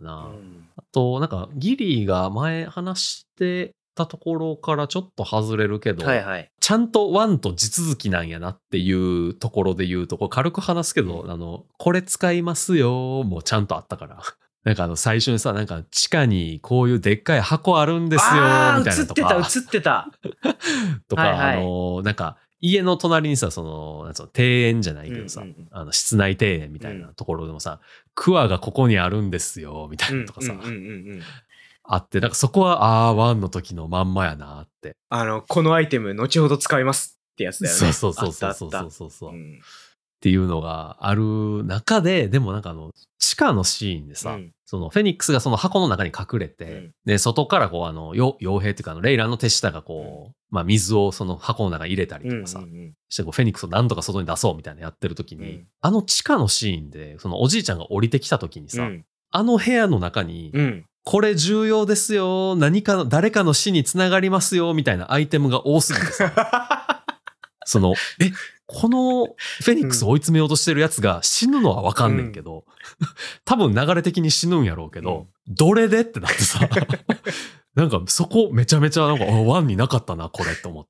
Speaker 1: な。
Speaker 2: うん
Speaker 1: あと、なんか、ギリーが前話してたところからちょっと外れるけど、
Speaker 2: はいはい。
Speaker 1: ちゃんとワンと地続きなんやなっていうところで言うと、こう軽く話すけど、あの、これ使いますよ、もちゃんとあったから。 [laughs] なんかあの、最初にさ、なんか、地下にこういうでっかい箱あるんですよ、み
Speaker 2: あー
Speaker 1: たいなと
Speaker 2: 映っ
Speaker 1: か
Speaker 2: て、た、映ってた。
Speaker 1: とか、
Speaker 2: はいはい
Speaker 1: あの、なんか、家の隣にさ、その、なんつうの、庭園じゃないけどさ、
Speaker 2: うんうんうん
Speaker 1: あの室内庭園みたいなところでもさ、クワがここにあるんですよみたいなのとかさ、
Speaker 2: うんうんうんうん
Speaker 1: あってなんかそこはああワンの時のまんまやなって、
Speaker 2: あの、このアイテム、後ほど使いますってやつだよね。
Speaker 1: そうそうそうそ
Speaker 2: あ
Speaker 1: う
Speaker 2: った
Speaker 1: そ
Speaker 2: あっ
Speaker 1: う
Speaker 2: た
Speaker 1: そうそうそう、
Speaker 2: う
Speaker 1: っ
Speaker 2: ん
Speaker 1: ていうのがある中ででもなんかあの地下のシーンでさ、
Speaker 2: うん
Speaker 1: そのフェニックスがその箱の中に隠れて、
Speaker 2: うん
Speaker 1: で外からこうあのよ傭兵っていうかあのレイランの手下がこう、まあ、水をその箱の中に入れたり
Speaker 2: うんう
Speaker 1: と
Speaker 2: ん
Speaker 1: かさ、
Speaker 2: うん
Speaker 1: してこうフェニックスをなんとか外に出そうみたいなやってる時に、
Speaker 2: うん
Speaker 1: あの地下のシーンでそのおじいちゃんが降りてきた時にさ、
Speaker 2: うん
Speaker 1: あの部屋の中に、
Speaker 2: うん
Speaker 1: これ重要ですよ、何かの、誰かの死につながりますよ、みたいなアイテムが多すぎてさ、その、え、このフェニックスを追い詰めようとしてるやつが死ぬのはわかんねんけど、多分流れ的に死ぬんやろうけど、どれでってなって
Speaker 2: [laughs]
Speaker 1: さ、なんかそこめちゃめちゃなんか、あワンになかったな、これって思っ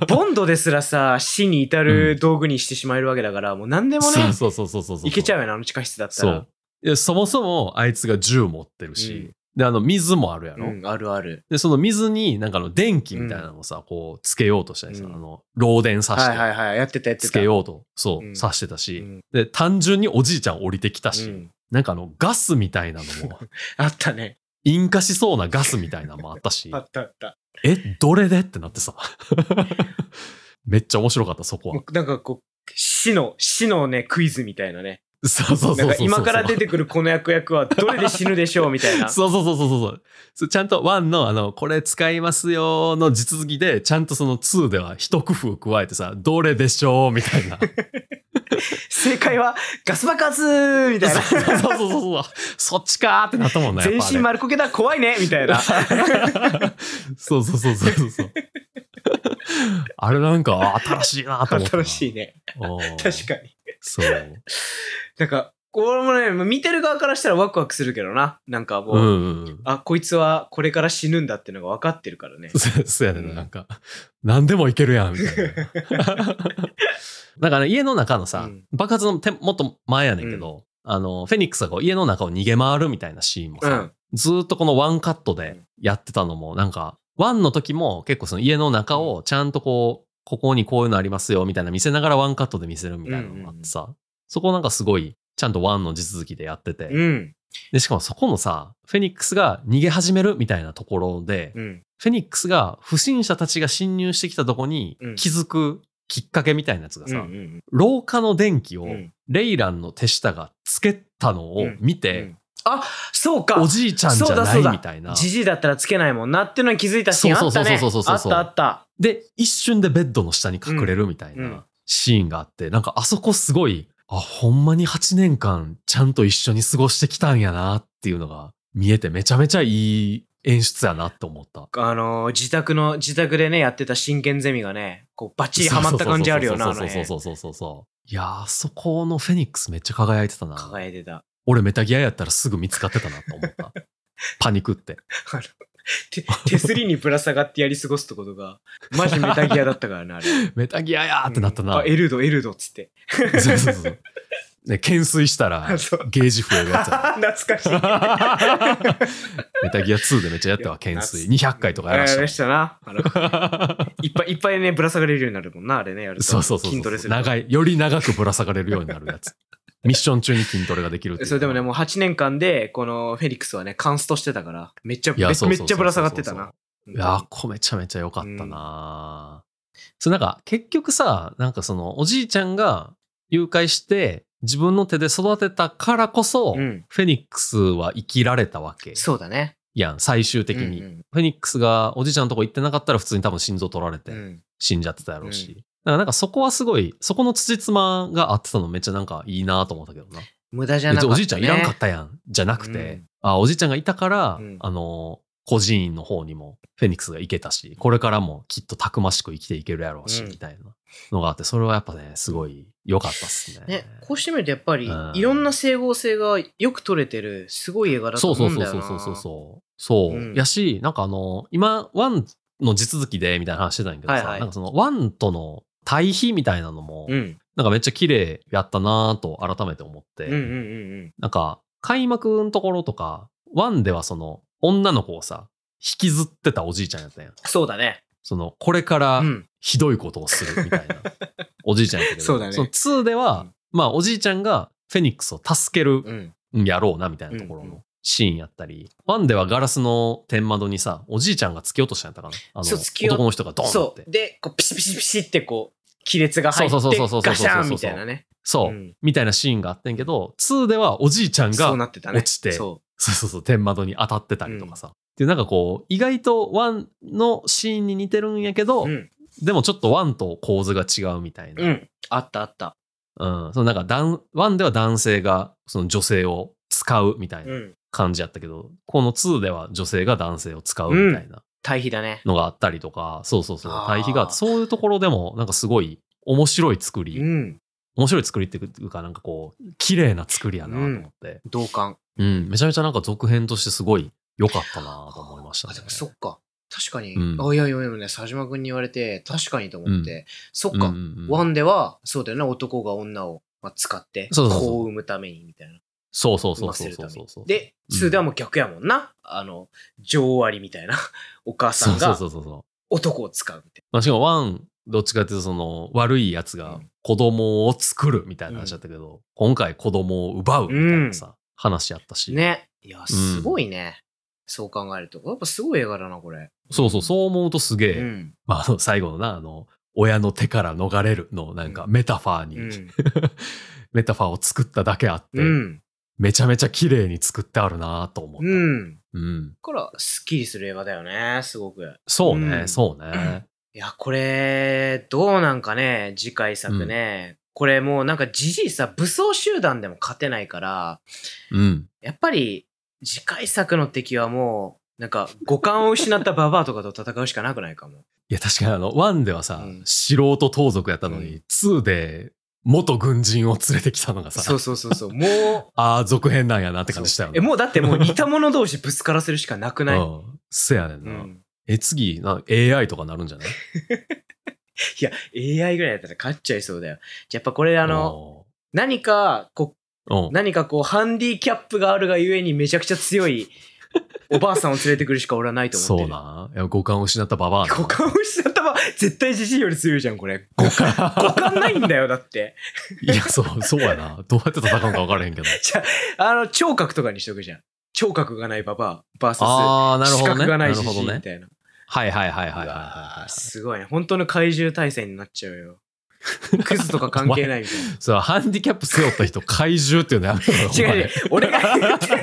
Speaker 1: た。
Speaker 2: [laughs] ボンドですらさ、死に至る道具にしてしまえるわけだから、もう何でも
Speaker 1: そう
Speaker 2: ね、
Speaker 1: そうそうそうそうそう。
Speaker 2: いけちゃうよな、あの地下室だった
Speaker 1: そ
Speaker 2: ら。
Speaker 1: う。いやそもそもあいつが銃持ってるし、で、あの水もあるやろ。
Speaker 2: うん、あるある。
Speaker 1: で、その水になんかの電気みたいなのをさ、こうつけようとしたりさ、
Speaker 2: うん
Speaker 1: あの、漏電さし
Speaker 2: はい
Speaker 1: て
Speaker 2: はいはい、やってたやってた。
Speaker 1: つけようと、そう、
Speaker 2: うん
Speaker 1: 刺してたし、
Speaker 2: うん
Speaker 1: で、単純におじいちゃん降りてきたし、
Speaker 2: うん
Speaker 1: なんかあの、ガスみたいなの
Speaker 2: [laughs]
Speaker 1: も、
Speaker 2: あったね。
Speaker 1: 引火しそうなガスみたいなのもあったし
Speaker 2: あ、ったあった。
Speaker 1: え、どれでってなってさ。 [laughs] めっちゃ面白かった、そこ
Speaker 2: も
Speaker 1: は。
Speaker 2: うなんかこう、死の、死のね、クイズみたいなね。
Speaker 1: [laughs] そうそうそ
Speaker 2: なん
Speaker 1: う
Speaker 2: か
Speaker 1: そう。
Speaker 2: 今から出てくるこの役役はどれで死ぬでしょうみたいな。
Speaker 1: そうそうそうそうそうそう。ちゃんと1の、あの、これ使いますよの地続きで、ちゃんとその2では一工夫加えてさ、どれでしょうみたい
Speaker 2: [laughs]
Speaker 1: な。
Speaker 2: 正解はガス爆発みたいな。
Speaker 1: そうそうそうそう。そっちかーってなったもんね。やっ
Speaker 2: 全
Speaker 1: ぱあれ
Speaker 2: 身丸こけだ怖いねみたい
Speaker 1: [laughs]
Speaker 2: な。
Speaker 1: そうそうそうそうそうそう。あれなんかあ新しいなと思ったな。
Speaker 2: [laughs] 新しいね。
Speaker 1: うん
Speaker 2: 確かに。
Speaker 1: そう。
Speaker 2: なんか、俺もね、見てる側からしたらワクワクするけどな。なんかもう、
Speaker 1: うんうんうん。
Speaker 2: あ、こいつはこれから死ぬんだってのが分かってるからね。
Speaker 1: そそうやね、
Speaker 2: うんん
Speaker 1: なんか、何でもいけるやん、みたい
Speaker 2: [laughs]
Speaker 1: な。だから家の中のさ、
Speaker 2: うん
Speaker 1: 爆発の手もっと前やねんけど、あの、フェニックスがこう家の中を逃げ回るみたいなシーンも
Speaker 2: う
Speaker 1: さ、
Speaker 2: ん。
Speaker 1: ずーっとこのワンカットでやってたのも、なんか、ワンの時も結構その家の中をちゃんとこう、ここにこういうのありますよ、みたいな見せながらワンカットで見せるみたいなのもあってさ、そこなんかすごい、ちゃんとワンの地続きでやってて、
Speaker 2: うん。
Speaker 1: で、しかもそこのさ、フェニックスが逃げ始めるみたいなところで、
Speaker 2: うん。
Speaker 1: フェニックスが不審者たちが侵入してきたとこに
Speaker 2: うん
Speaker 1: 気づくきっかけみたいなやつが
Speaker 2: うんう
Speaker 1: さ、
Speaker 2: ん
Speaker 1: 廊下の電気を
Speaker 2: うん
Speaker 1: レイランの手下がつけたのを見
Speaker 2: う
Speaker 1: て
Speaker 2: ん、あ、そうか
Speaker 1: お。じいちゃんじゃないみたいな。
Speaker 2: じじいだったらつけないもんなってのに気づいたシーンあったね。
Speaker 1: そうそうそうそうそうそう
Speaker 2: あったあっ
Speaker 1: で、一瞬でベッドの下に隠れるみたい
Speaker 2: うんうん
Speaker 1: なシーンがあって、なんかあそこすごい、あ、ほんまに8年間ちゃんと一緒に過ごしてきたんやなっていうのが見えてめちゃめちゃいい演出やなって思った。
Speaker 2: た。あのー、自宅の、自宅でね、やってた真剣ゼミがね、こう、バッチリハマった感じあるよな、あの
Speaker 1: そうそう
Speaker 2: ね。
Speaker 1: そうそうそうそう。いやー、あそこのフェニックスめっちゃ輝いてたな。
Speaker 2: 輝いてた。
Speaker 1: 俺メタギアやったらすぐ見つかってたなと思 [laughs] った。パニックって。
Speaker 2: 手手すりにぶら下がってやり過ごすってことが、マジメタギアだったからね、あれ。
Speaker 1: メタギアやーってなったな。
Speaker 2: あ、エルド、エルドっつって。
Speaker 1: そうそうそう。ね、懸垂したら
Speaker 2: [laughs] そう
Speaker 1: ゲージ増えるやつや。
Speaker 2: 懐かしい。 [laughs]
Speaker 1: メタギア2でめっちゃやったわ、懸垂。200回とかやら
Speaker 2: あ
Speaker 1: し
Speaker 2: や
Speaker 1: た
Speaker 2: ら
Speaker 1: も
Speaker 2: したな。あの
Speaker 1: ん。
Speaker 2: いっぱいいっぱいね、ぶら下がれるようになるもんな、あれね、やると。
Speaker 1: そうそうそうそう。
Speaker 2: 筋トレすると。
Speaker 1: 長い、より長くぶら下がれるようになるや
Speaker 2: [laughs]
Speaker 1: つ。ミッション中に筋トレができるっていう
Speaker 2: それでもね、もう8年間で、このフェニックスはね、カンストしてたから、めっちゃ、
Speaker 1: いや
Speaker 2: め
Speaker 1: そうそうそうそう
Speaker 2: めっちゃぶら下がってたな。
Speaker 1: いやー、こめちゃめちゃ良かったな、そうなんか結局さ、なんかそのおじいちゃんが誘拐して自分の手で育てたからこそ、
Speaker 2: うん。
Speaker 1: フェニックスは生きられたわけ
Speaker 2: そうだね。
Speaker 1: やん、最終的に。
Speaker 2: うんうん
Speaker 1: フェニックスがおじいちゃんのとこ行ってなかったら普通に多分心臓取られ
Speaker 2: う
Speaker 1: て
Speaker 2: ん
Speaker 1: 死んじゃってたやろうし。
Speaker 2: うん
Speaker 1: だからなんかそこはすごい、そこの辻褄が合ってたのめっちゃなんかいいなと思ったけどな。
Speaker 2: 無駄じゃな
Speaker 1: 別にお
Speaker 2: かった、ね。
Speaker 1: じいちゃんいらんかったやん、じゃなくて、
Speaker 2: うん
Speaker 1: あ、おじいちゃんがいたから、
Speaker 2: うん
Speaker 1: あの、孤児院の方にもフェニックスが行けたし、これからもきっとたくましく生きていけるやろうし、
Speaker 2: うん
Speaker 1: みたいなのがあって、それはやっぱね、すごい良かったっすね。
Speaker 2: ね、こうしてみるとやっぱり
Speaker 1: うん
Speaker 2: いろんな整合性がよく取れてるすごい映画だと
Speaker 1: そうそ
Speaker 2: 思
Speaker 1: う
Speaker 2: うん
Speaker 1: そう
Speaker 2: だよ
Speaker 1: そ
Speaker 2: な
Speaker 1: うそうそうそう。そう、
Speaker 2: うん
Speaker 1: やし、なんかあの、今、ワンの地続きでみたいな話してたんやけどさ、
Speaker 2: はいはい
Speaker 1: なんかそのワンとの対比みたいなのも、
Speaker 2: うん
Speaker 1: なんかめっちゃ綺麗やったなぁと改めて思って、
Speaker 2: うんうんうん
Speaker 1: なんか、開幕のところとか、ワンではその、女の子をさ、引きずってたおじいちゃんやったやん。
Speaker 2: そうだね
Speaker 1: その、これから
Speaker 2: うん
Speaker 1: ひどいことをするみた
Speaker 2: [laughs]
Speaker 1: いな、おじいちゃんやったけど、
Speaker 2: そうだね
Speaker 1: の2では、
Speaker 2: うん
Speaker 1: まあ、おじいちゃんがフェニックスを助ける
Speaker 2: うん
Speaker 1: んやろうな、みたいなところ
Speaker 2: うんう
Speaker 1: のシーンやったり、ワンではガラスの天窓にさ、おじいちゃんが突き落としたんやったかな。あの、
Speaker 2: そう突き落
Speaker 1: 男の人がドーンっ
Speaker 2: そ
Speaker 1: て
Speaker 2: う。でこうピシピシピシってこう亀裂が入っ
Speaker 1: そ
Speaker 2: てガ
Speaker 1: うそうそうそうそうそうそう
Speaker 2: シャーンみたいなね
Speaker 1: そう、
Speaker 2: うん
Speaker 1: みたいなシーンがあってんけど、2ではおじいちゃん
Speaker 2: そ
Speaker 1: が
Speaker 2: うなってたね
Speaker 1: 落ちて
Speaker 2: そ
Speaker 1: そうそうそう、天窓に当たってたりとかさ。で、なんかこう、意外とワンのシーンに似てるんやけど、
Speaker 2: ううん
Speaker 1: でもちょっとワンと構図が違うみたいうな。
Speaker 2: んあったあった
Speaker 1: うん。そのなんか男、ワンでは男性がその女性を使うみたいうなん感じやったけど、この2では女性が男性を使うみたいな
Speaker 2: 対比だね
Speaker 1: のがあったりとか、そうそうそう
Speaker 2: あ、ー
Speaker 1: 対比があって、そういうところでもなんかすごい面白い作
Speaker 2: う
Speaker 1: り、
Speaker 2: ん。
Speaker 1: 面白い作りっていうか、なんかこう、綺麗な作りやなと思って、
Speaker 2: 同感。
Speaker 1: うん、めちゃめちゃなんか続編としてすごい良かったなと思いました
Speaker 2: あ
Speaker 1: ね
Speaker 2: で。もそっか。確かに。
Speaker 1: うん
Speaker 2: あ、いやいやいや、ね、佐島君に言われて、確かにと思って。そっ
Speaker 1: うん
Speaker 2: か。
Speaker 1: うんうん
Speaker 2: ワンでは、そうだよね、男が女を、まあ、使って、子
Speaker 1: そう
Speaker 2: を
Speaker 1: そうそう
Speaker 2: 生むために、みたいな。
Speaker 1: そうそう
Speaker 2: 生
Speaker 1: そう
Speaker 2: ませ
Speaker 1: そう
Speaker 2: る
Speaker 1: そ
Speaker 2: た
Speaker 1: う
Speaker 2: め
Speaker 1: そ
Speaker 2: に
Speaker 1: うそう。
Speaker 2: で、
Speaker 1: うん
Speaker 2: 2ではもう逆やもんな。あの、女王アリみたいな、 [laughs] お母さ
Speaker 1: そ
Speaker 2: ん
Speaker 1: うそう
Speaker 2: が
Speaker 1: そうそうそう。
Speaker 2: 男を使うみたい
Speaker 1: まあ、しかもワン、どっちかっていうとその悪いやつ
Speaker 2: う
Speaker 1: が
Speaker 2: ん
Speaker 1: 子供を作るみたいな話だったけど、今回子供を奪うみたいなさ、話やったし、
Speaker 2: な。ね。いや、すごいね。そう考えると。やっぱすごい映画だな、これ。
Speaker 1: そうそう、そう思うとすげえ、
Speaker 2: うん。
Speaker 1: まああの最後のな、あの、親の手から逃れるのなんかメタファーに、
Speaker 2: うん。
Speaker 1: [laughs] メタファーを作っただけあって、
Speaker 2: うん。
Speaker 1: めちゃめちゃ綺麗に作ってあるなと思った。
Speaker 2: うん。だ
Speaker 1: うん
Speaker 2: から、すっきりする映画だよね、すごく。
Speaker 1: そうね、
Speaker 2: うん
Speaker 1: そうね。
Speaker 2: [clears throat] いや、これ、どうなんかね、次回作ね。これもうなんかじじいさ、武装集団でも勝てないから、
Speaker 1: うん。
Speaker 2: やっぱり次回作の敵はもう、なんか五感を失ったババアとかと戦うしかなくないかも。
Speaker 1: いや、確かにあの、ワンではさ、
Speaker 2: うん
Speaker 1: 素人盗賊やったの
Speaker 2: う
Speaker 1: に、ツーで元軍人を連れてきたのがさ、
Speaker 2: そうそうそ
Speaker 1: [laughs]
Speaker 2: うそう。も
Speaker 1: ああ、続編なんやなって
Speaker 2: う、
Speaker 1: 感じしたよね。
Speaker 2: え、もうだっても
Speaker 1: [laughs]
Speaker 2: う似た者同士ぶつからせるしかなくない、
Speaker 1: うん。せやねん
Speaker 2: う
Speaker 1: な。
Speaker 2: ん、
Speaker 1: え、次、な AI とかなるんじゃない
Speaker 2: いや、AI ぐらいだったら勝っちゃいそうだよ。じゃあやっぱこれあ
Speaker 1: あ
Speaker 2: の、、何か、こう、
Speaker 1: うん。
Speaker 2: 何かこう、ハンディキャップがあるがゆえにめちゃくちゃ
Speaker 1: [laughs]
Speaker 2: 強いおばあさんを連れてくるしか俺はないと思って
Speaker 1: そ
Speaker 2: る。
Speaker 1: うな。いや、五感を失ったババアな。
Speaker 2: 五感を失ったまま絶対自信より強いじゃん、これ。五感。五感ないんだよ、だって。
Speaker 1: いや、そう、そうやな。どうやって戦うのか分からへんけど。
Speaker 2: あの、聴覚とかにしとくじゃん。聴覚がないババア、バーサ
Speaker 1: ああ、な
Speaker 2: ス、
Speaker 1: るほ
Speaker 2: 視
Speaker 1: ど
Speaker 2: 覚
Speaker 1: ね。
Speaker 2: がない
Speaker 1: る
Speaker 2: 自
Speaker 1: ほ
Speaker 2: 信
Speaker 1: ど
Speaker 2: み
Speaker 1: ね。
Speaker 2: たいな。
Speaker 1: はいはいはいはいはいはいうは
Speaker 2: わー
Speaker 1: い。
Speaker 2: すごいね。本当の怪獣対戦になっちゃうよ。クズとか関係ないみたいな。
Speaker 1: そう、ハンディキャップ背負った人、怪獣っていうのやめろよ。
Speaker 2: 違う違う、俺が言ってん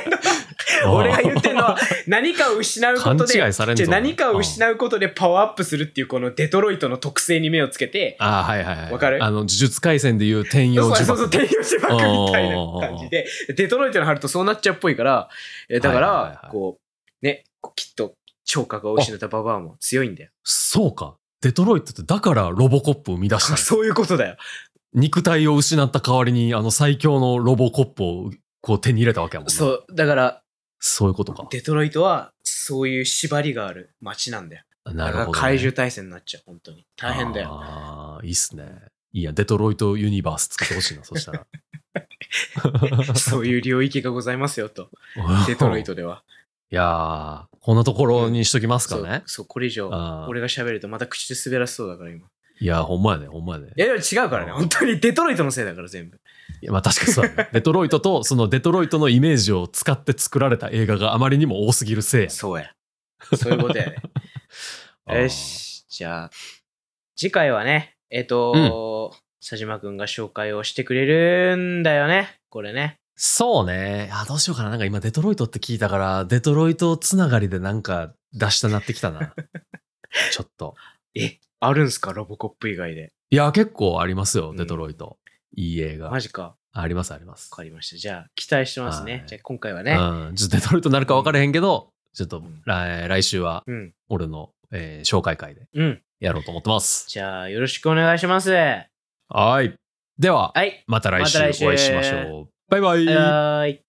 Speaker 2: の
Speaker 1: お前
Speaker 2: 俺が言ってるのは何かを失うこと
Speaker 1: 勘
Speaker 2: で
Speaker 1: 違いされんぞ
Speaker 2: 違う何かを失うことでパワーアップするっていうこのデトロイトの特性に目をつけて
Speaker 1: ああ、はいはいはい。
Speaker 2: わかる
Speaker 1: あの、呪術廻戦でいう転用
Speaker 2: そ
Speaker 1: 呪
Speaker 2: うそうそう
Speaker 1: 縛
Speaker 2: そう転用しまくみたいな感じでデトロイトの春とそうなっちゃうっぽいからえだか
Speaker 1: はいはいはいは
Speaker 2: ら
Speaker 1: い
Speaker 2: こうねこうきっと聴覚を失ったババアも強いんだよ
Speaker 1: そうか。デトロイトって、だからロボコップを生み出したの
Speaker 2: そういうことだよ
Speaker 1: 肉体を失った代わりに、あの、最強のロボコップを、こう手に入れたわけやもんね。
Speaker 2: そうだから
Speaker 1: そういうことか。
Speaker 2: デトロイトはそういう縛りがある街なんだよ
Speaker 1: なる
Speaker 2: だ
Speaker 1: ほ
Speaker 2: か
Speaker 1: ど、
Speaker 2: ら
Speaker 1: ね。
Speaker 2: 怪獣対戦になっちゃう本当に大変だよ
Speaker 1: ああ、いいっすね。いいや、デトロイトユニバース作ってほ
Speaker 2: [laughs]
Speaker 1: しいな、そしたら。
Speaker 2: そういう領域がございます
Speaker 1: [laughs]
Speaker 2: よとデトロイ。トではい
Speaker 1: やー、こんなところにしときますかね。
Speaker 2: そうそう、これ以上
Speaker 1: あー、
Speaker 2: 俺が喋るとまた口で滑らしそうだから今。い
Speaker 1: いやー、ほんまやね、ほんまやね。
Speaker 2: や、でも違うからね。
Speaker 1: あー
Speaker 2: 本当にデトロイトのせいだから全部。
Speaker 1: いやまあ確かにそう
Speaker 2: [laughs]
Speaker 1: だね。デトロイトと、そのデトロイトのイメージを使って作られた映画があまりにも多すぎるせいや。
Speaker 2: そ
Speaker 1: [laughs]
Speaker 2: うや。そういうことやね。
Speaker 1: あー
Speaker 2: よ。し、じゃあ、次回はね、えっ、と、佐島くんが紹介をしてくれるんだよね。これね。
Speaker 1: そうね。あ、どうしようかな。なんか今デトロイトって聞いたから、デトロイトつながりでなんか出したなってきた
Speaker 2: [laughs]
Speaker 1: な。ちょっと。
Speaker 2: え、あるんすかロボコップ以外で。
Speaker 1: いや、結構ありますよ、
Speaker 2: うん
Speaker 1: デトロイト。いい映画
Speaker 2: マ。ジか。わ
Speaker 1: あります、あります。
Speaker 2: かりました。じゃあ、期待してま
Speaker 1: は
Speaker 2: す
Speaker 1: い
Speaker 2: ね。じゃあ、今回はね。
Speaker 1: うん。ちょっとデトロイトになるか分からへんけど、ちょっと
Speaker 2: うん
Speaker 1: 来来週は
Speaker 2: うん。
Speaker 1: 俺の、えー紹介会で
Speaker 2: うん。
Speaker 1: やろうと思ってます。
Speaker 2: じゃあ、よろしくお願いします。は
Speaker 1: はい。では、
Speaker 2: い。
Speaker 1: また来週
Speaker 2: また来週
Speaker 1: お会いしましょう。バイバイ。
Speaker 2: はーい。